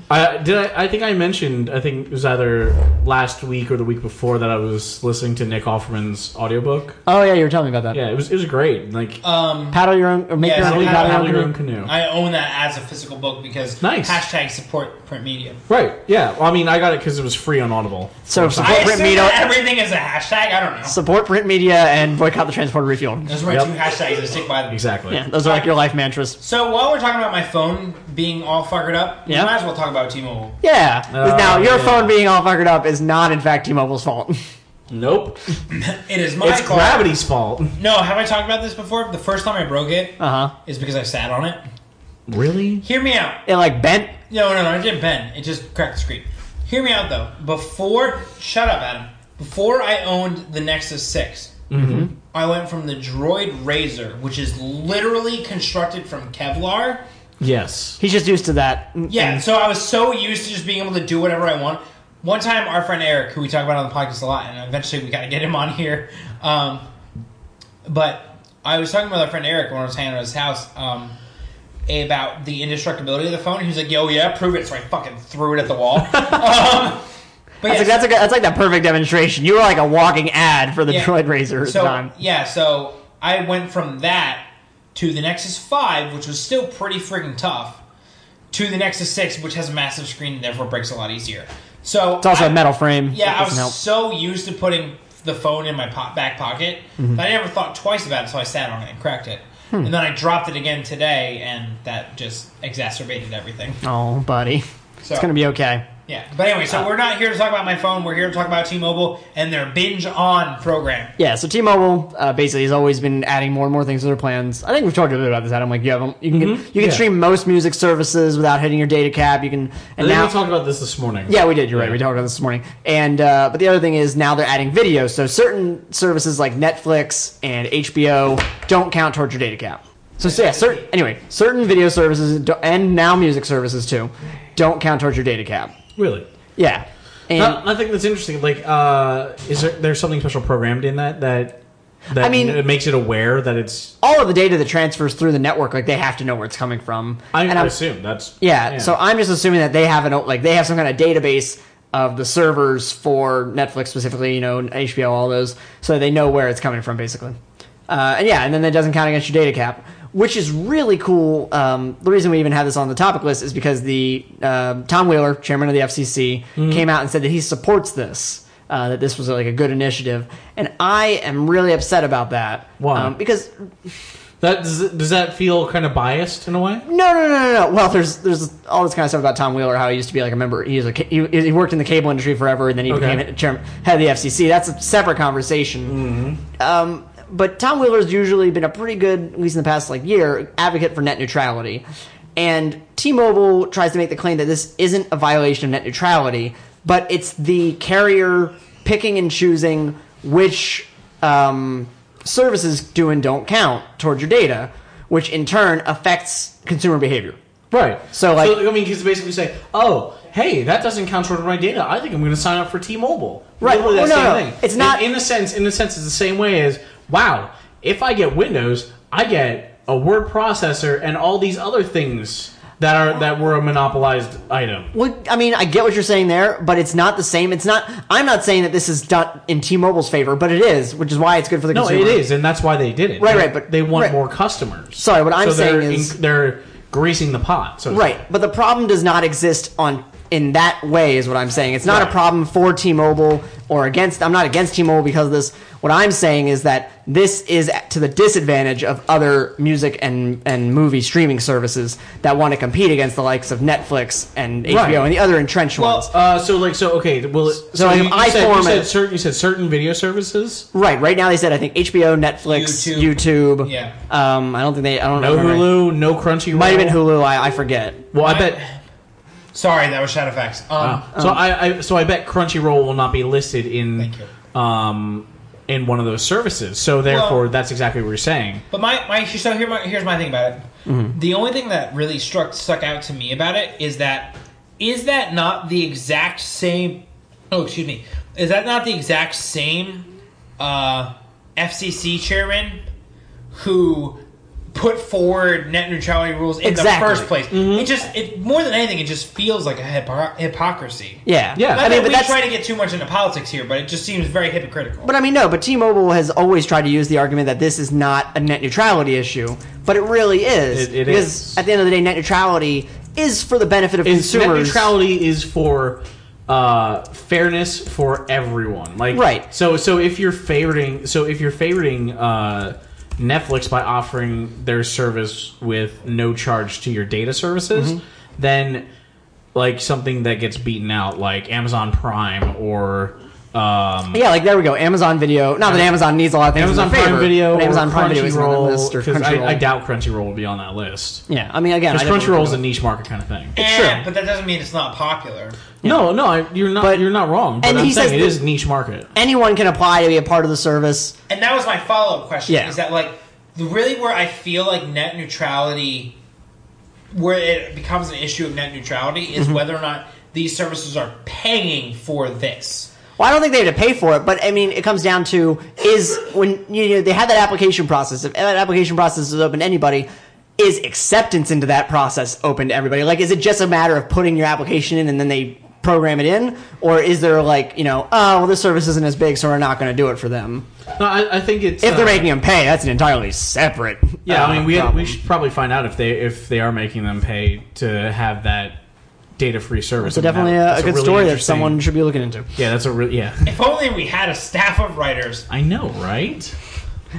B: I did. I, I think I mentioned. I think it was either last week or the week before that I was listening to Nick Offerman's audiobook.
C: Oh yeah, you were telling me about that.
B: Yeah, it was. It was great. Like,
A: um,
C: Paddle your own, or make
A: Yeah,
C: your
A: so
C: own,
A: how-
C: paddle
A: how
C: your
B: your
C: own
B: own
C: canoe.
B: canoe.
A: I own that as a physical book because
B: Nice.
A: hashtag support print media.
B: right? Yeah. Well, I mean, I got it because it was free on Audible.
C: So
A: I
C: support print
A: assume that
C: media,
A: everything is a hashtag. I don't know.
C: support print media, and boycott the transporter refueled.
A: Those were my
B: Yep.
A: two hashtags. I stick by them.
B: Exactly.
C: Yeah, those are like your life mantras.
A: So while we're talking about my phone being all fuckered up,
C: Yeah.
A: we might as well talk about T-Mobile.
C: Yeah.
B: Oh,
C: now your
B: yeah.
C: phone being all fuckered up is not in fact T-Mobile's fault.
B: Nope.
A: It is my
B: It's
A: fault.
B: gravity's fault.
A: No, have I talked about this before? The first time I broke it is
C: Uh huh.
A: because I sat on it.
B: Really?
A: Hear me out.
C: It like bent.
A: No, no, no, it didn't bend. It just cracked the screen. Hear me out though. Before, shut up, Adam. Before I owned the Nexus 6 I went from the Droid Razor, which is literally constructed from Kevlar.
B: Yes.
C: He's just used to that.
A: Yeah, so I was so used to just being able to do whatever I want. One time, our friend Eric, who we talk about on the podcast a lot, and eventually we gotta get him on here. Um, but I was talking with our friend Eric when I was hanging out at his house um, about the indestructibility of the phone. He was like, "Yo, yeah, prove it." So I fucking threw it at the wall. um, but
C: That's
A: yeah,
C: like, that's, like, that's like that perfect demonstration. You were like a walking ad for the
A: Yeah.
C: Droid Razor at
A: so,
C: the time.
A: Yeah, so I went from that to the Nexus 5, which was still pretty friggin' tough, to the Nexus 6, which has a massive screen and therefore breaks a lot easier. So
C: It's also
A: I,
C: a metal frame.
A: Yeah,
C: That
A: I
C: doesn't
A: was
C: help.
A: so used to putting the phone in my po- back pocket
C: Mm-hmm.
A: that I never thought twice about it, so I sat on it and cracked it.
C: Hmm.
A: And then I dropped it again today, and that just exacerbated everything.
C: Oh, buddy,
A: So,
C: it's gonna be Uh, okay.
A: yeah. But anyway, so we're not here to talk about my phone. We're here to talk about T-Mobile and their binge on program.
C: Yeah, so T-Mobile uh, basically has always been adding more and more things to their plans. I think we've talked a bit about this. Adam, like you have them, you can get, you can
B: Mm-hmm. Yeah.
C: stream most music services without hitting your data cap. You can
B: And
C: and now
B: we talked about this this morning.
C: yeah, we did. You're right.
B: Yeah.
C: We talked about this this morning. And uh, but the other thing is now they're adding video. So certain services like Netflix and HBO don't count towards your data cap. So, so yeah, certain anyway, certain video services do- and now music services too don't count towards your data cap.
B: Really.
C: Yeah, and
B: Uh, I think that's interesting. Like, uh, is there there's something special programmed in that that that
C: I mean-
B: it makes it aware that it's?
C: all of the data that transfers through the network, like they have to know where it's coming from.
B: I,
C: and
B: I
C: I'm-
B: assume that's
C: Yeah, so I'm just assuming that they have an like they have some kind of database of the servers for Netflix specifically, you know, and HBO, all those, so they know where it's coming from basically. Uh, and yeah, and then that doesn't count against your data cap, which is really cool. Um, the reason we even have this on the topic list is because the uh, Tom Wheeler, chairman of the FCC, came out and said that he supports this. Uh, that this was like a good initiative, and I am really upset about that. Um,
B: Why?
C: because
B: That does, does that feel kind of biased in a way?
C: No, no, no, no, no. Well, there's there's all this kind of stuff about Tom Wheeler, how he used to be like a member. He was a ca- he, he worked in the cable industry forever, and then he
B: Okay.
C: became a chairman, head of the FCC. That's a separate conversation. Um, but Tom Wheeler's usually been a pretty good, at least in the past like year, advocate for net neutrality. And T-Mobile tries to make the claim that this isn't a violation of net neutrality, but it's the carrier picking and choosing which um, services do and don't count towards your data, which in turn affects consumer behavior.
B: Right.
C: So, like-
B: I mean, he's basically say, "Oh, hey, that doesn't count towards my data. I think I'm going to sign up for T-Mobile."
C: Right.
B: Literally that
C: Well, no,
B: same
C: no.
B: thing.
C: It's not-
B: in, in a sense. In a sense, it's the same way as, "Wow, if I get Windows, I get a word processor and all these other things that are that were a monopolized item."
C: Well, I mean, I get what you're saying there, but it's not the same. It's not. I'm not saying that this is done in T-Mobile's favor, but it is, which is why it's good for the
B: No,
C: consumer.
B: it is, and that's why they did it.
C: Right,
B: They-
C: right, but-
B: they want
C: right.
B: more customers.
C: Sorry, what I'm
B: So they're
C: saying is-
B: they're greasing the pot. So to
C: Right, but the problem does not exist on in that way is what I'm saying. It's not a problem for T-Mobile or against. I'm not against T-Mobile because of this. What I'm saying is that this is at- to the disadvantage of other music and and movie streaming services that want to compete against the likes of Netflix and HBO
B: Right.
C: and the other entrenched ones.
B: Well, uh, so like, so okay, well, so, so
C: like,
B: you,
C: if
B: you
C: I
B: said,
C: form
B: you said
C: a-
B: certain, you said certain video services.
C: Right, right now they said I think HBO, Netflix,
A: YouTube.
C: YouTube.
A: Yeah.
C: Um, I don't think they. I don't
B: No
C: know.
B: Hulu, no Crunchyroll.
C: Might have been Hulu. I, I forget.
B: Well, I bet.
A: Sorry, that was Shadow Facts. Um,
C: Oh.
B: so I, I so I bet Crunchyroll will not be listed in
A: Thank
B: um in one of those services. So therefore,
A: Well-
B: that's exactly what you're saying.
A: But my, my so here my, here's my thing about it.
C: Mm-hmm.
A: The only thing that really struck stuck out to me about it is that is that not the exact same? Oh, excuse me. Is that not the exact same uh, FCC chairman who put forward net neutrality rules in
C: Exactly. Mm-hmm.
A: the first place? It just it more than anything, it just feels like a hypocr- hypocrisy.
C: Yeah.
B: Yeah.
A: I,
C: I mean,
A: we
C: but that's.
A: try to get too much into politics here, but it just seems very hypocritical.
C: But I mean, no. But T-Mobile has always tried to use the argument that this is not a net neutrality issue, but it really is.
B: It- it
C: because
B: is.
C: at the end of the day, net neutrality is for the benefit of
B: Is net
C: consumers.
B: neutrality is for uh fairness for everyone. Like
C: Right.
B: So so if you're favoriting so if you're favoriting uh Netflix by offering their service with no charge to your data services,
C: Mm-hmm.
B: then like something that gets beaten out like Amazon Prime or um
C: Yeah, like there we go. Amazon Video. Not that Amazon needs a lot of things. in
B: Amazon
C: their
B: Prime
C: favor,
B: Video,
C: but Amazon
B: or
C: Prime Video is on the
B: Crunchyroll,
C: list, or
B: 'cause I,
C: Crunchyroll.
B: I doubt Crunchyroll will be on that list.
C: yeah, I mean, again,
B: Because
C: I definitely
B: Crunchyroll is
C: don't
B: a niche market kind of thing.
A: Eh,
C: true.
A: but that doesn't mean it's not popular.
B: No, no, I, you're not.
C: But-
B: you're not wrong. But
C: and
B: I'm
C: he
B: saying
C: says
B: it
C: that-
B: is niche market.
C: Anyone can apply to be a part of the service.
A: And that was my follow up question.
C: Yeah.
A: Is that like the- really where I feel like net neutrality, where it becomes an issue of net neutrality, is
B: Mm-hmm.
A: whether or not these services are paying for this.
C: Well, I don't think they have to pay for it, but I mean, it comes down to is when you know they have that application process. If that application process is open to anybody, is acceptance into that process open to everybody? Like, is it just a matter of putting your application in and then they program it in, or is there like you know, oh, well, this service isn't as big, so we're not going to do it for them
B: No, I, I think it's
C: if they're
B: uh,
C: making them pay. That's an entirely separate.
B: Yeah,
C: uh,
B: I mean, we
C: problem.
B: we should probably find out if they if they are making them pay to have that data free service.
C: So
B: I mean, that-
C: definitely a,
B: that's
C: a good
B: really
C: story that
B: interesting-
C: someone should be looking into,
B: Yeah, that's a real. Yeah,
A: If only we had a staff of writers.
B: I know, right?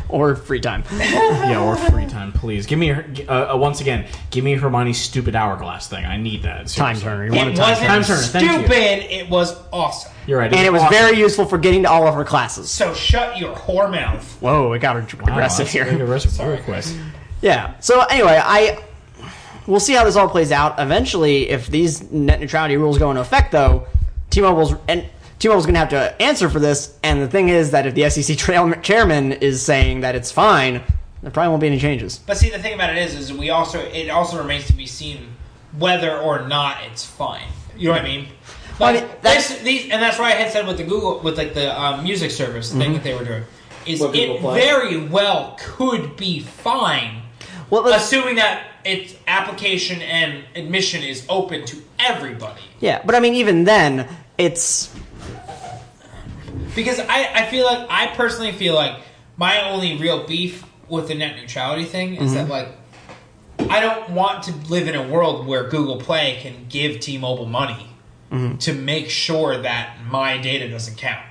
C: or free time.
B: Yeah, or free time, please. Give me her, uh, uh, once again. Give me Hermione's stupid hourglass thing. I need that.
C: Time
B: seriously.
C: turner. You want
A: It
C: a time turner?
A: wasn't
B: Time Turner, thank you.
A: stupid. It was awesome.
B: You're right.
C: And it was
B: awesome.
C: very useful for getting to all of her classes.
A: So shut your whore mouth.
C: Whoa, it got ag-
B: Wow,
C: aggressive
B: that's
C: here.
B: very aggressive, real quick.
C: Yeah. So anyway, I we'll see how this all plays out. Eventually, if these net neutrality rules go into effect, though, T-Mobile's and T-Mobile's going to have to answer for this. And the thing is that if the SEC trail, chairman is saying that it's fine, there probably won't be any changes.
A: But see, the thing about it is, is we also it also remains to be seen whether or not it's fine. You know what I mean?
C: Well, I
A: Like,
C: mean, that's-
A: this- these, and that's why I had said with the Google, with like the um, music service
C: Mm-hmm.
A: thing that they were doing, is
E: What Google
A: it
E: Play?
A: very well could be fine,
C: Well, let's,
A: assuming that its application and admission is open to everybody.
C: yeah, but I mean, even then, it's
A: Because I, I feel like I personally feel like my only real beef with the net neutrality thing is that like I don't want to live in a world where Google Play can give T-Mobile money to make sure that my data doesn't count.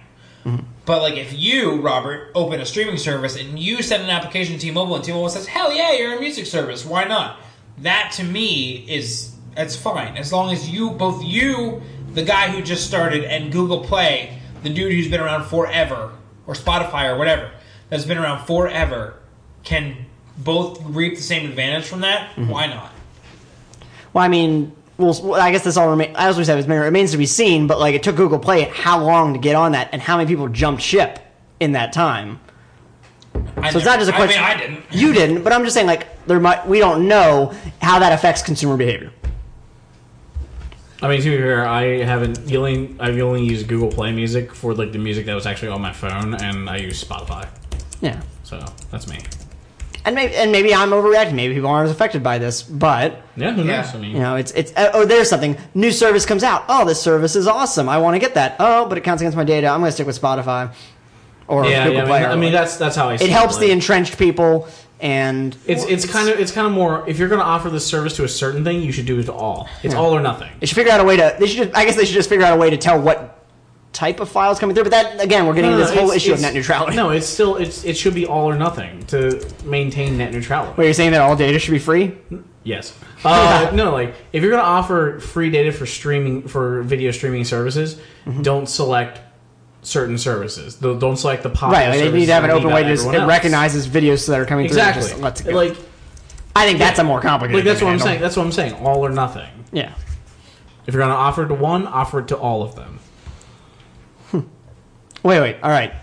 A: But like if you, Robert, open a streaming service and you send an application to T-Mobile and T-Mobile says, "Hell yeah, you're a music service. Why not?" That to me is that's fine as long as you both you, the guy who just started, and Google Play, the dude who's been around forever, or Spotify or whatever that's been around forever, can both reap the same advantage from that.
C: Mm-hmm.
A: Why not?
C: Well, I mean, well, well, I guess this all remains, as we said, it remains to be seen, but like it took Google Play how long to get on that and how many people jumped ship in that time.
A: I
C: So it's not just a question.
A: I mean, I didn't.
C: You didn't, but I'm just saying, like, there might, we don't know how that affects consumer behavior.
B: I mean, to be fair, I haven't. The only I've only used Google Play Music for like the music that was actually on my phone, and I use Spotify.
C: Yeah.
B: So that's me.
C: And maybe, and maybe I'm overreacting. Maybe people aren't as affected by this, but
B: Yeah, who
A: Yeah.
B: knows? I mean,
C: you know, it's it's uh, oh, there's something new service comes out. Oh, this service is awesome. I want to get that. Oh, but it counts against my data. I'm going to stick with Spotify or
B: yeah, yeah,
C: Google
B: I mean,
C: Play. or
B: I mean,
C: whatever.
B: that's that's how I. See
C: it helps
B: like,
C: the entrenched people and
B: It's it's kind of it's kind of more if you're going to offer this service to a certain thing, you should do it to all. It's
C: Yeah.
B: all or nothing.
C: They should figure out a way to. They should. Just, I guess they should just figure out a way to tell what type of files coming through. But that again, we're getting into this whole
B: it's-
C: issue of
B: it's-
C: net neutrality.
B: No, it's still it's it should be all or nothing to maintain net neutrality.
C: Wait, you're saying that all data should be free?
B: Yes. Uh, no, like if you're going to offer free data for streaming for video streaming services,
C: Mm-hmm.
B: don't select certain services. Don't don't select the popular.
C: right. Like they need to have an open way to just,
B: recognize.
C: it recognizes videos that are coming
B: exactly.
C: through. and Just lets it go.
B: Like
C: I think that's a more complicated.
B: like that's
C: thing
B: what
C: to
B: I'm saying.
C: handle.
B: That's what I'm saying. All or nothing.
C: Yeah.
B: If you're going to offer it to one, offer it to all of them.
C: Wait. Wait. All right.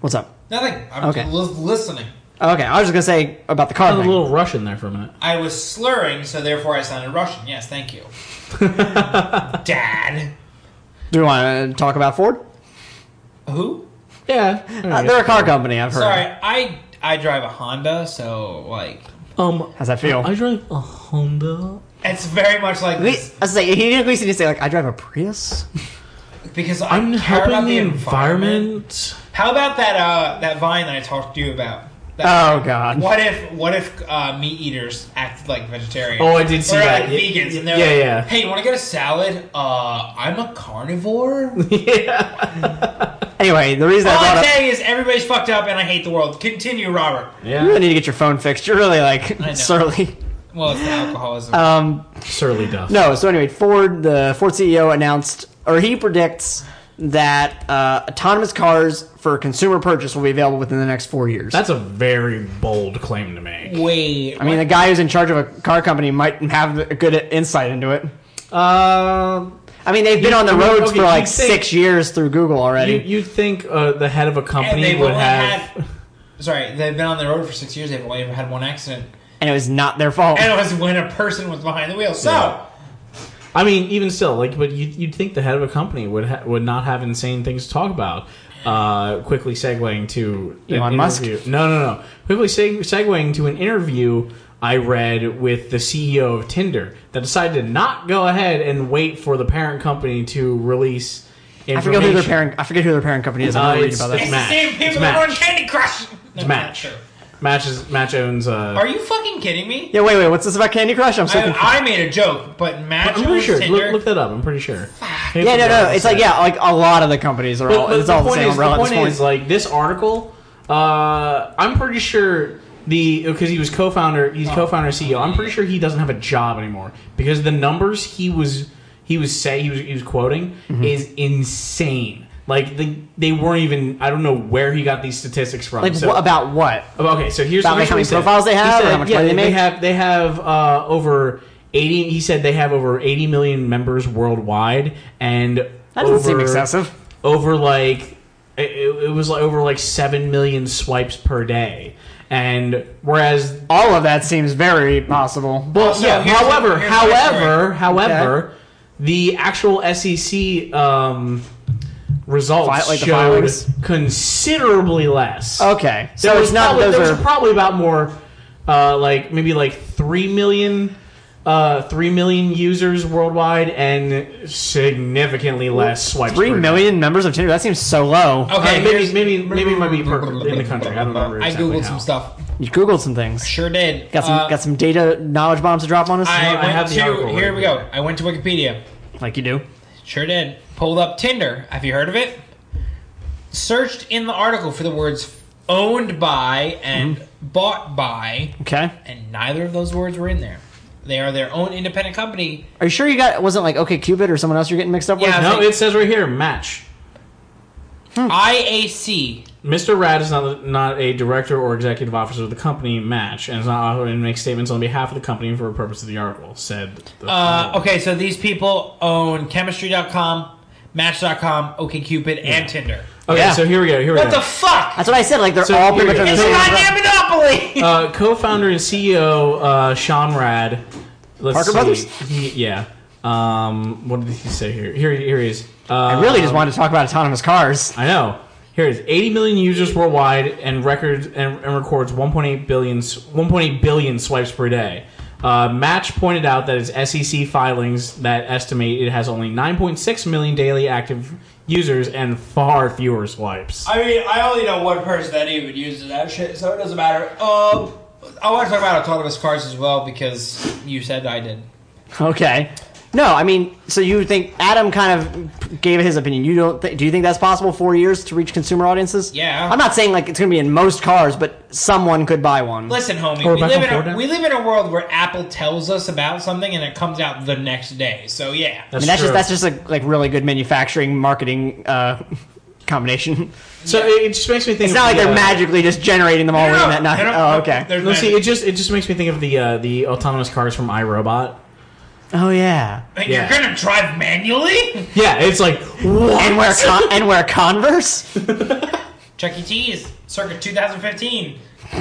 C: What's up?
A: Nothing. I'm
C: Okay.
A: li- listening.
C: Okay. I was just gonna say about the
B: I
C: card
B: was
C: thing.
B: a little Russian there for a minute.
A: I was slurring, so therefore I sounded Russian. Yes, thank you. Dad.
C: Do we want to talk about Ford?
A: Who?
B: Yeah.
C: Uh, they're a car company. I've heard.
A: Sorry, I I drive a Honda, so like
B: um,
C: How's that feel?
B: I drive a Honda.
A: it's very much like
C: At
A: this
C: least- I was like, he at least needs to say like, I drive a Prius.
A: because I
B: I'm
A: care
B: helping
A: about
B: the environment.
A: How about that uh, that vine that I talked to you about? That,
C: Oh God.
A: What if what if uh, meat eaters acted like vegetarians?
B: Oh, I did see
A: or
B: that.
A: Like
B: Yeah,
A: vegans, and they're
B: yeah,
A: like,
B: yeah.
A: "Hey, you want to get a salad? Uh, I'm a carnivore."
B: yeah.
C: Anyway, the reason Oh, I
A: All
C: brought
A: I'm
C: up.
A: saying is everybody's fucked up, and I hate the world. Continue, Robert.
C: You really
B: Yeah.
C: need to get your phone fixed. You're really
A: know.
C: like surly.
A: Well, it's the alcoholism.
C: Um,
B: Surly Duff.
C: no, so anyway, Ford, the Ford CEO announced, or he predicts that uh, autonomous cars for consumer purchase will be available within the next four years.
B: That's a very bold claim to make.
A: Wait,
C: I mean, the guy who's in charge of a car company might have a good insight into it.
B: Um,
C: I mean, they've been
B: You-
C: on the
B: I mean,
C: roads
B: okay,
C: for
B: you
C: like
B: think-
C: six years through Google already.
B: you, you'd think uh, the head of a
A: and
B: company
A: they've
B: would
A: only
B: have.
A: had. Sorry, they've been on the road for six years. They've only ever had one accident,
C: and it was not their fault.
A: and it was when a person was behind the wheel. So
B: Yeah. I mean, even still, like, but you, you'd think the head of a company would ha- would not have insane things to talk about. Uh, quickly segueing to an
C: Elon Musk?
B: interview- No, no, no. Quickly seg- segueing to an interview I read with the CEO of Tinder that decided to not go ahead and wait for the parent company to release.
C: I forget who their parent. I forget who their parent company is. I'm
B: Uh,
C: gonna read
B: it's-
C: about
A: it's
B: it's-
C: that.
B: Match.
A: the same people
B: It's
A: that run
B: Match.
A: Candy Crush. No, not
B: Match.
A: true.
B: matches match owns. Uh,
A: Are you fucking kidding me?
C: Yeah, wait, wait. What's this about Candy Crush? I'm so confused.
A: I, I made a joke, but Match
B: I'm pretty
A: owns
B: sure.
A: Tinder.
B: Look, look that up. I'm pretty sure.
C: Yeah, no, no. It's like yeah, like a lot of the companies are all.
B: But, but
C: it's
B: the,
C: all the
B: point
C: same
B: is, the
C: umbrella at
B: point
C: this point.
B: is, like this article. Uh, I'm pretty sure the because he was co-founder.
C: Oh.
B: He's co-founder and CEO. I'm pretty sure he doesn't have a job anymore because the numbers he was he was say he was he was quoting
C: Mm-hmm.
B: is insane. Like the, they weren't even. I don't know where he got these statistics from.
C: like
B: so-
C: wh- about what?
B: Okay, so here's here's
C: About how
B: what he
C: many
B: said.
C: profiles they
B: He
C: have or
B: said,
C: how much
B: yeah,
C: money they make?
B: have they have uh, over eighty. He said they have over eighty million members worldwide, and
C: That doesn't seem
B: over-
C: excessive.
B: Over like it, it it was like over like seven million swipes per day, and whereas
C: All of that seems very possible. But
B: well,
A: Also,
B: yeah.
A: here's-
B: However,
A: here's my
B: however, however, the actual SEC um, results
C: Fi- like the
B: showed
C: filings?
B: considerably less.
C: okay,
B: There
C: so
B: was
C: it's not
B: probably,
C: that
B: there
C: those
B: was
C: are.
B: probably about more, uh, like maybe like three million, uh, three million users worldwide, and significantly less swipes.
C: Three
B: per day.
C: million members of Tinder. That seems so low.
A: Okay,
B: Uh, maybe-
A: here's-
B: maybe- maybe it might be per- in the country. I don't remember
A: I
B: exactly
A: googled
B: how.
A: some stuff.
C: You googled some things.
A: Sure did.
C: Got some
A: Uh,
C: got some data knowledge bombs to drop on us,
A: I
B: No, I
A: went
B: have the
A: to
B: article
A: here
B: right
A: we
B: here.
A: go. I went to Wikipedia.
C: like you do.
A: Sure did. Pulled up Tinder. Have you heard of it? Searched in the article for the words owned by and
C: Hmm.
A: bought by,
C: Okay.
A: and neither of those words were in there. They are their own independent company.
C: Are you sure you got wasn't like okay Cupid or someone else you're getting mixed up with?
A: Yeah.
B: No, it says right here match.
C: Hmm.
A: IAC.
B: Mr. Rad is not, not a director or executive officer of the company Match, and is not authorized to make statements on behalf of the company for the purpose of the article. Said. The
A: Uh, okay, so these people own chemistry.com, match.com, OkCupid, and Tinder.
B: Okay,
C: yeah.
B: so here we go. Here we
A: What
B: go.
A: the fuck?
C: That's what I said. Like they're
B: So
C: all pretty
B: here-
C: much on the
A: It's a
C: same.
A: goddamn monopoly!
B: uh, co-founder and CEO uh, Sean Rad. Let's
C: Parker
B: see.
C: Brothers?
B: He, yeah. Um, what did he say here? Here, here he is. Uh,
C: I really just wanted to talk about autonomous cars.
B: I know. Here it is. 80 million users worldwide and records and, and records 1.8 billion s- 1.8 billion swipes per day. Uh, Match pointed out that its SEC filings that estimate it has only 9.6 million daily active users and far fewer swipes.
A: I mean, I only know one person that even uses that shit, so it doesn't matter. Um, I want to talk about autonomous cars as well because you said I did.
C: Okay. No, I mean, so you think Adam kind of gave his opinion. You don't. Th- do you think that's possible? Four years to reach consumer audiences?
A: Yeah.
C: I'm not saying like it's going to be in most cars, but someone could buy one.
A: Listen, homie,
B: Or
A: we
B: back
A: live,
B: and
A: in a,
B: forth.
A: we live in a world where Apple tells us about something and it comes out the next day. So yeah,
C: I mean, that's just that's just a like really good manufacturing marketing uh, combination.
B: so it, it just makes me think.
C: It's
B: of
C: not like
B: the,
C: they're
B: uh,
C: magically just generating them all in that night. Oh, okay.
A: There's
B: No, see,
A: magic.
B: it just it just makes me think of the uh, the autonomous cars from iRobot.
C: Oh yeah.
A: Like,
B: yeah.
A: You're gonna drive manually?
B: Yeah, it's like what?
C: And wear con- and wear Converse.
A: Chuck E. Cheese, circa 2015.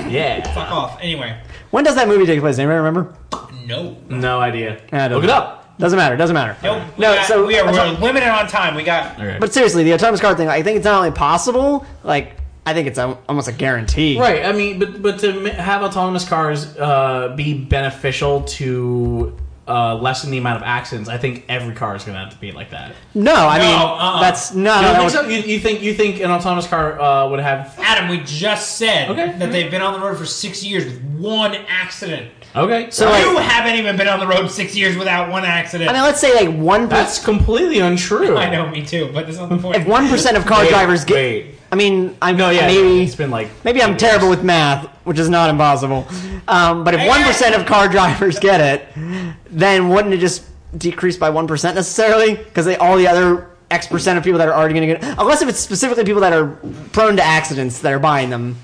B: yeah,
A: Fuck off. Anyway,
C: When does that movie take place? Anybody remember?
A: no.
B: no idea.
C: Yeah, I don't
B: Look it
C: know.
B: up.
C: Doesn't matter. Doesn't matter.
A: Nope. We
C: No,
A: got-
C: so-
A: we are
C: I
A: we're
C: thought-
A: limited on time. We got.
B: Okay.
C: But seriously, the autonomous car thing. I think it's not only possible. Like I think it's al- almost a guarantee.
B: Right. I mean, but but to m- have autonomous cars uh, be beneficial to uh, lessen the amount of accidents, I think every car is going to have to be like that.
C: No, I
A: No,
C: mean
A: uh-uh.
C: that's no.
B: You
C: no,
B: don't
C: that
B: think
C: was-
B: so? You, you think you think an autonomous car uh, would have?
A: Adam, we just said
B: Okay.
A: that they've been on the road for six years with one accident.
B: Okay,
C: So, like-
A: you haven't even been on the road six years without one accident.
C: I mean, let's say like one. Per-
B: that's completely untrue.
A: I know, me too, but that's not the
C: if
A: point.
C: one percent of car
B: Wait,
C: drivers get.
B: wait.
C: I mean, I'm
B: No, Oh, yeah,
C: maybe
B: it's been like
C: maybe I'm terrible with math, which is not impossible. Um, but if
A: Hey,
C: one percent
A: hey.
C: of car drivers get it, then wouldn't it just decrease by one percent necessarily? Because all the other X percent of people that are already going to get, unless if it's specifically people that are prone to accidents that are buying them,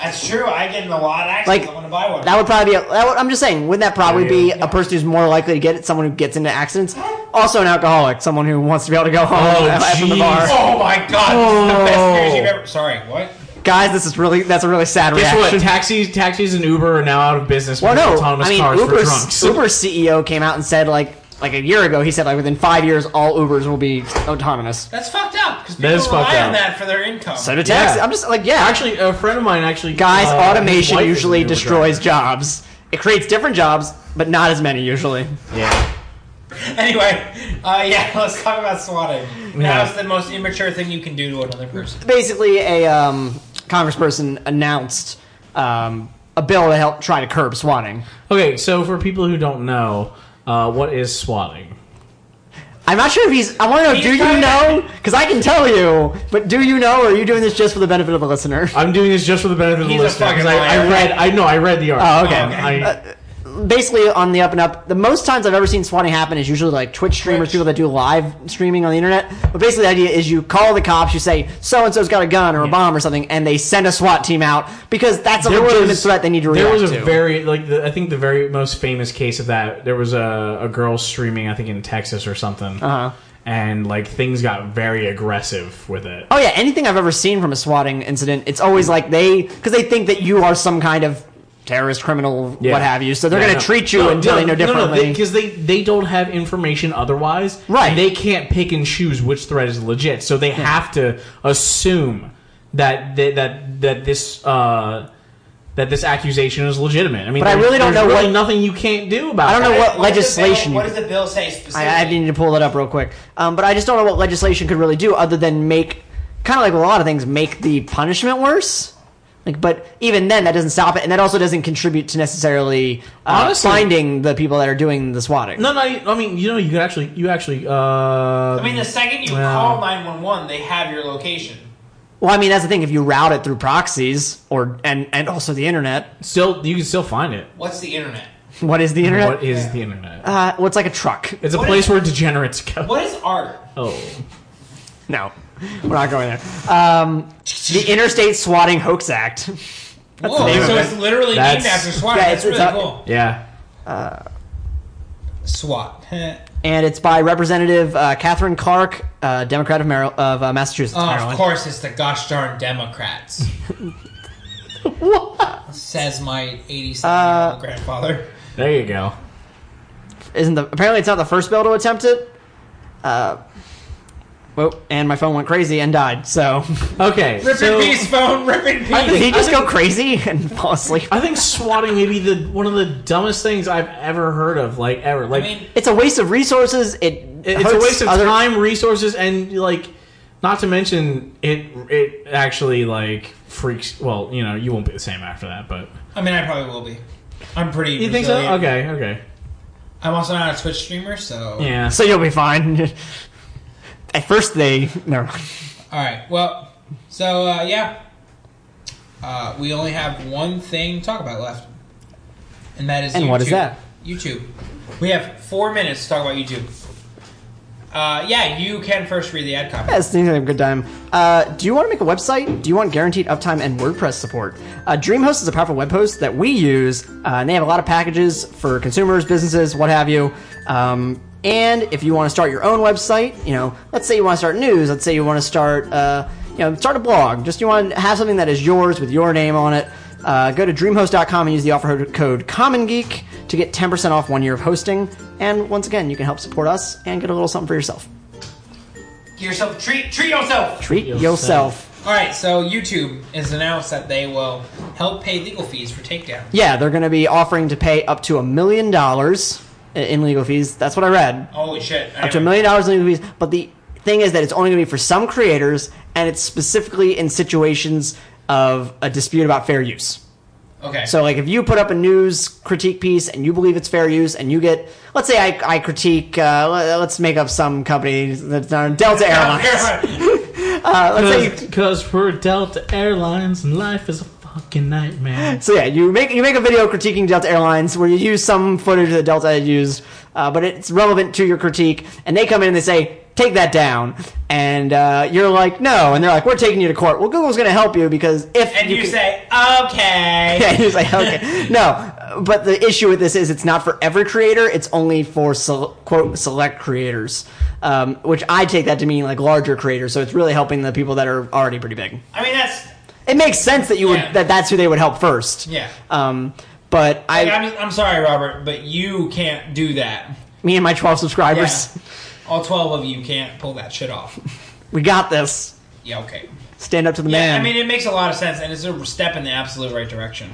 A: That's true. I get in a lot of accidents.
C: Like,
A: I want to buy one.
C: That would probably be. A, that would, I'm just saying. Wouldn't that probably be
B: Yeah.
C: a person who's more likely to get it? Someone who gets into accidents. Also, an alcoholic. Someone who wants to be able to go home
B: Oh,
C: after the bar.
A: oh my god, this is the best news
B: Oh.
A: you've ever. Sorry, what?
C: Guys, this is really. That's a really sad
B: Guess
C: reaction.
B: what? Taxis, taxis, and Uber are now out of business.
C: well,
B: because
C: no.
B: autonomous
C: I mean,
B: cars for
C: Uber's,
B: drunks.
C: Uber's CEO came out and said like like a year ago. He said like within five years, all Ubers will be autonomous.
A: That's fucked up because people
B: That is
A: rely
B: fucked
A: on
B: up.
A: that for their income.
C: So do taxis.
B: Yeah.
C: I'm just like yeah.
B: Actually, a friend of mine actually.
C: guys,
B: uh, his
C: automation
B: wife is an
C: usually
B: Uber
C: destroys
B: driver.
C: jobs. It creates different jobs, but not as many usually.
B: Yeah.
A: anyway, uh, yeah, let's talk about swatting.
B: Yeah.
A: That's the most immature thing you can do to another person.
C: basically a um, congressperson announced um, a bill to help try to curb swatting.
B: Okay, so for people who don't know, uh, what is swatting?
C: I'm not sure if he's. I want to know.
A: He's
C: do you
A: trying to-
C: know? Because I can tell you, but do you know? Or are you doing this just for the benefit of the listener?
B: I'm doing this just for the benefit of the
A: He's a
B: listener
A: fucking
B: because I, I
A: liar.
B: read. I know I read the
C: Oh,
B: article. Um,
C: okay.
B: I,
C: Basically, on the up and up, the most times I've ever seen swatting happen is usually like Twitch streamers,
A: Twitch.
C: people that do live streaming on the internet. But basically, the idea is you call the cops, you say so and so's got a gun or a bomb or something, and they send a SWAT team out because that's a
B: there
C: legitimate
B: was
C: threat they need to react
B: There was a
C: to.
B: very like the, I think the very most famous case of that. There was a, a girl streaming I think in Texas or something,
C: Uh-huh.
B: and like things got very aggressive with it.
C: Oh yeah, anything I've ever seen from a swatting incident, it's always like they because they think that you are some kind of terrorist, criminal,
B: Yeah.
C: what have you. So they're
B: Yeah,
C: going
B: no.
C: to treat you
B: No,
C: until they know differently.
B: because they, they don't have information otherwise.
C: Right.
B: And they can't pick and choose which threat is legit, so they have to assume that that that, that this uh, that this accusation is legitimate. I mean,
C: But I
B: there's-
C: really don't
B: there's
C: know
B: really
C: what-
B: nothing you can't do about.
C: I don't know
B: that.
C: what
A: does the bill-
C: legislation you-
A: What does the bill say specifically?
C: I, I need to pull that up real quick. Um, but I just don't know what legislation could really do other than make kind of like with a lot of things make the punishment worse. Like, but even then, that doesn't stop it, and that also doesn't contribute to necessarily uh,
B: Honestly-
C: finding the people that are doing the swatting.
B: No, no. I mean, you know, you could actually, you actually. Uh,
A: I mean, the second you
B: Well.
A: call 911, they have your location.
C: Well, I mean that's the thing. If you route it through proxies or and and also the internet,
B: still, you can still find it.
A: What's the internet?
C: what is the internet?
B: What is the internet?
C: uh, well, it's like a truck.
B: it's a
A: what
B: place
A: is-
B: where degenerates go.
A: What is art?
B: Oh,
C: No, we're not going there. Um, the Interstate Swatting Hoax Act.
A: Whoa,
B: name
A: so
B: of
A: it's literally
B: That's-
A: named after SWAT.
C: Yeah,
A: That's
C: it's-
A: really
C: it's a-
A: cool.
B: yeah.
A: SWAT. oh,
C: And it's by Representative uh, Catherine Clark, uh, Democrat of, Mar- of uh, Massachusetts.
A: Oh, of
C: Maryland.
A: course, it's the gosh darn Democrats. Says my
B: Uh,
A: 87-year-old grandfather.
B: There you go.
C: Isn't the apparently it's not the first bill to attempt it. Uh, well, and my phone went crazy and died. So
B: Okay.
A: Rip
B: so-
A: in peace, phone. Rip in peace.
B: I
C: did he
B: think-
C: just
B: I think-
C: go crazy and fall asleep?
B: I think swatting may be the one of the dumbest things I've ever heard of, like ever.
A: I
B: Like
A: mean,
C: It's a waste of resources. It
B: it- it's a
C: hurts
B: waste of
C: other-
B: time, resources, and like Not to mention it it actually like freaks. Well, you know, you won't be the same after that. But
A: I mean, I probably will be. I'm pretty.
B: you think so?
A: resilient.
B: Okay, okay.
A: I'm also not a Twitch streamer, so
B: Yeah.
C: So you'll be fine. At first, they never mind.
A: All right. Well, so uh, yeah, uh, we only have one thing to talk about left, and that is
C: And
A: YouTube.
C: what is that?
A: YouTube. We have four minutes to talk about YouTube. Uh, yeah, you can first read the ad copy.
C: Yeah, it seems like a good time. Uh, do you want to make a website? Do you want guaranteed uptime and WordPress support? Uh, DreamHost is a powerful web host that we use, uh, and they have a lot of packages for consumers, businesses, what have you. Um, and if you want to start your own website, you know, let's say you want to start news, let's say you want to start, uh, you know, start a blog. Just you want to have something that is yours with your name on it. Uh, go to dreamhost.com and use the offer code CommonGeek to get 10% off one year of hosting. And once again, you can help support us and get a little something for yourself.
A: Give yourself treat treat yourself.
C: Treat
B: Yourself.
C: yourself.
A: All right. So YouTube has announced that they will help pay legal fees for takedown.
C: Yeah, they're going to be offering to pay up to a million dollars in legal fees. That's what I read.
A: Holy shit!
C: Up to a million dollars in legal fees. But the thing is that it's only going to be for some creators, and it's specifically in situations of a dispute about fair use.
A: Okay.
C: So, like, if you put up a news critique piece and you believe it's fair use, and you get, let's say I, I critique, uh, le- let's make up some company that's not Delta Airlines. Uh, let's say you
B: Because for Delta Airlines, life is a fucking nightmare.
C: So yeah, you make you make a video critiquing Delta Airlines where you use some footage that Delta had used, uh, but it's relevant to your critique, and they come in and they say, "Take that down," and uh, you're like, "No," and they're like, "We're taking you to court." Well, Google's going to help you because if
A: and you,
C: can-
A: say okay.
C: yeah, you're like, "Okay, no." But the issue with this is it's not for every creator; it's only for sel- quote select creators, um, which I take that to mean like larger creators. So it's really helping the people that are already pretty big
A: I mean that's.
C: it makes sense that you would
A: Yeah.
C: that that's who they would help first.
A: Yeah.
C: Um, but I,
A: I'm, I'm sorry, Robert, but you can't do that.
C: me and my twelve subscribers,
A: Yeah. All 12 of you can't pull that shit off.
C: we got this.
A: Yeah, okay.
C: Stand up to the
A: Yeah,
C: man.
A: I mean, it makes a lot of sense, and it's a step in the absolute right direction.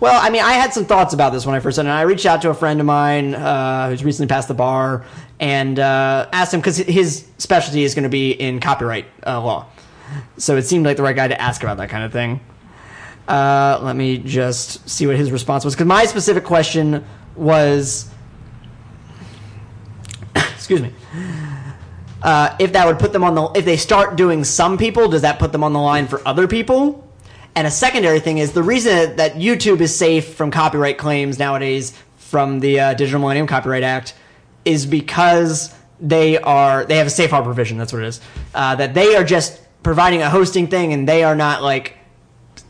C: well, I mean, I had some thoughts about this when I first started. And I reached out to a friend of mine uh, who's recently passed the bar and uh, asked him because his specialty is going to be in copyright uh, law, so it seemed like the right guy to ask about that kind of thing. Uh, let me just see what his response was because my specific question was, excuse me. uh, if that would put them on the if they start doing some people does that put them on the line for other people and a secondary thing is the reason that youtube is safe from copyright claims nowadays from the uh, digital millennium copyright act is because they are they have a safe harbor provision that's what it is uh, that they are just providing a hosting thing and they are not like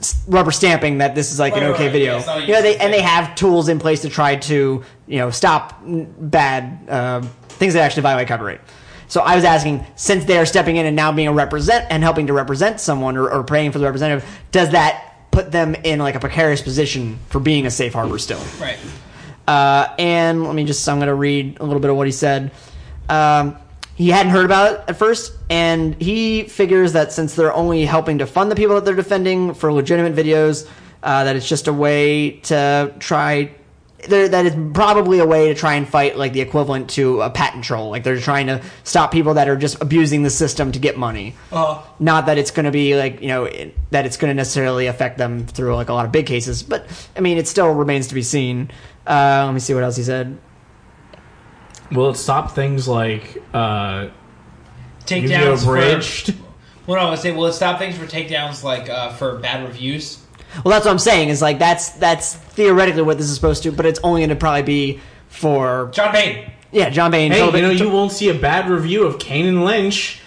C: s- rubber stamping that this is like
A: Right,
C: an
A: right,
C: okay
A: right.
C: video
A: Yeah, it's not a
C: you know they
A: YouTube
C: and
A: thing.
C: they have tools in place to try to you know stop n- bad uh, things that actually violate copyright. So I was asking, since they are stepping in and now being a represent and helping to represent someone or, or praying for the representative, does that put them in like a precarious position for being a safe harbor still?
A: Right.
C: Uh, and let me just, I'm going to read a little bit of what he said. Um, he hadn't heard about it at first, and he figures that since they're only helping to fund the people that they're defending for legitimate videos, uh, that it's just a way to try. There, that is probably a way to try and fight like the equivalent to a patent troll. Like they're trying to stop people that are just abusing the system to get money.
A: Uh,
C: Not that it's going to be like you know it, that it's going to necessarily affect them through like a lot of big cases, but I mean it still remains to be seen. Uh, let me see what else he said.
B: Will it stop things like uh, Yu-Gi-Oh!
A: takedowns for...
B: Bridged?
A: Well, no, I would say, will it stop things for takedowns, like, uh, for bad reviews?
C: Well, that's what I'm saying. Is like that's that's theoretically what this is supposed to, but it's only going to probably be for
A: John Payne!
C: yeah, John Bain.
B: Hey,
C: Tobin-
B: you know you won't see a bad review of Kane and Lynch.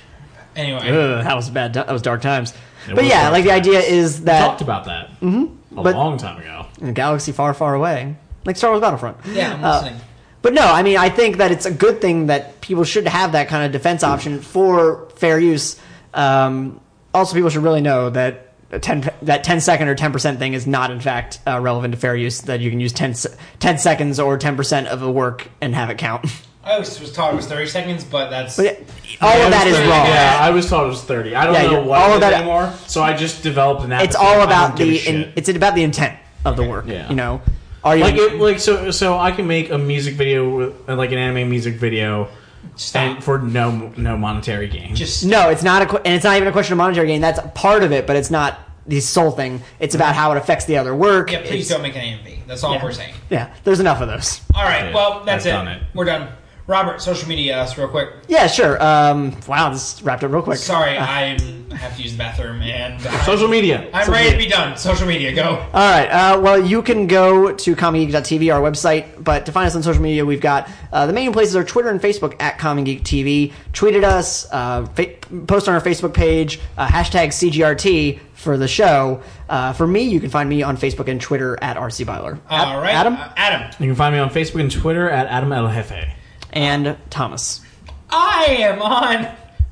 A: Anyway.
C: Ugh, that was bad. That was dark times.
B: It
C: but
B: was
C: yeah,
B: dark
C: like the idea is
B: Talked
C: that Mm-hmm.
B: about that a
C: but-
B: long time ago.
C: in a galaxy far, far away, like Star Wars Battlefront.
A: Yeah, I'm
C: Uh,
A: listening.
C: But no, I mean, I think that it's a good thing that people should have that kind of defense option for fair use. Um, also, people should really know that a 10, that 10 second or 10% thing is not, in fact, uh, relevant to fair use, that you can use 10, se- 10 seconds or 10% of a work and have it count.
A: I was, was taught it was 30 seconds, but that's...
C: But it- all of that is wrong.
B: Yeah, I was told it was thirty. I don't
C: Yeah,
B: know
C: you're-
B: what
C: all
B: all
C: of
B: that
C: that-
B: anymore. So I just developed an.
C: It's
B: apathy. I
C: all
B: don't
C: about
B: give a
C: the
B: shit.
C: in, it's about the intent of the work.
B: Yeah.
C: You know, are you
B: uh, like it, like so so I can make a music video with like an anime music video
A: Stop.
B: and for no no monetary gain.
A: just
C: No, it's not a, que- and it's not even a question of monetary gain. That's part of it, but it's not the sole thing. It's
B: Mm-hmm.
C: about how it affects the other work.
A: yeah. Please
C: It's-
A: don't make an AMV. That's all
C: yeah.
A: we're saying.
C: Yeah, there's enough of those.
A: All right.
B: Yeah,
A: Well, that's
B: I've
A: it.
B: done it.
A: We're done. Robert, social media, us real quick.
C: Yeah, sure. Um, wow, this wrapped up real quick.
A: Sorry, I'm- I have to use the bathroom and I'm-
B: Social media.
A: I'm
C: Social
A: ready to
C: media.
A: be done. Social media, go.
C: All right. Uh, well, you can go to CommonGeek.tv, our website, but to find us on social media, we've got uh, the main places are Twitter and Facebook at Common Geek TV. Tweet at us, uh, fa- post on our Facebook page, uh, hashtag CGRT for the show. Uh, for me, you can find me on Facebook and Twitter at RC Byler.
A: All right,
C: Adam
A: Uh, Adam.
B: You can find me on Facebook and Twitter at Adam El Jefe.
C: and Thomas.
A: I am on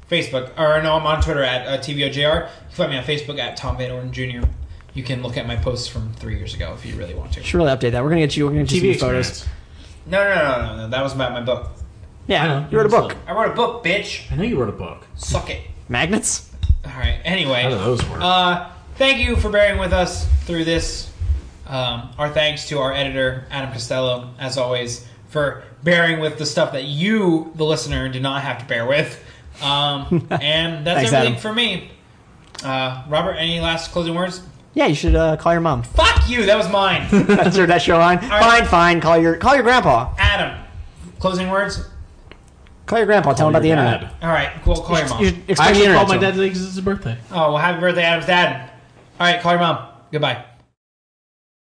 A: Facebook, or no, I'm on Twitter at uh, TVOJR. You can find me on Facebook at Tom Van Orden Jr. You can look at my posts from three years ago if you really want to.
C: Should really update that. We're gonna get you. We're gonna get you
B: TV
C: some photos.
B: experience.
A: No, no, no, no, no. That was about my book.
C: Yeah,
B: I know.
C: you wrote a book.
A: I wrote a book, bitch.
B: I know you wrote a book.
A: Suck it.
C: Magnets.
A: All right. Anyway,
B: How do those work?
A: Uh, thank you for bearing with us through this. Um, our thanks to our editor Adam Costello, as always, for bearing with the stuff that you, the listener, did not have to bear with. Um, and that's
C: Thanks,
A: everything
C: Adam.
A: for me. Uh, Robert, any last closing words?
C: Yeah, you should uh, call your mom.
A: Fuck you. That was mine.
C: That's your that's your line.
A: right.
C: Fine, fine. Call your call your grandpa.
A: Adam, closing words.
C: Call your grandpa. Tell him about the
B: Your
C: internet.
B: dad.
A: All right. Cool. Call your mom.
C: You should
B: I
C: explain the
B: actually
C: internet
B: called
C: to
B: my
C: him.
B: dad today because it's his birthday.
A: Oh, well, happy birthday, Adam's dad. All right. Call your mom. Goodbye.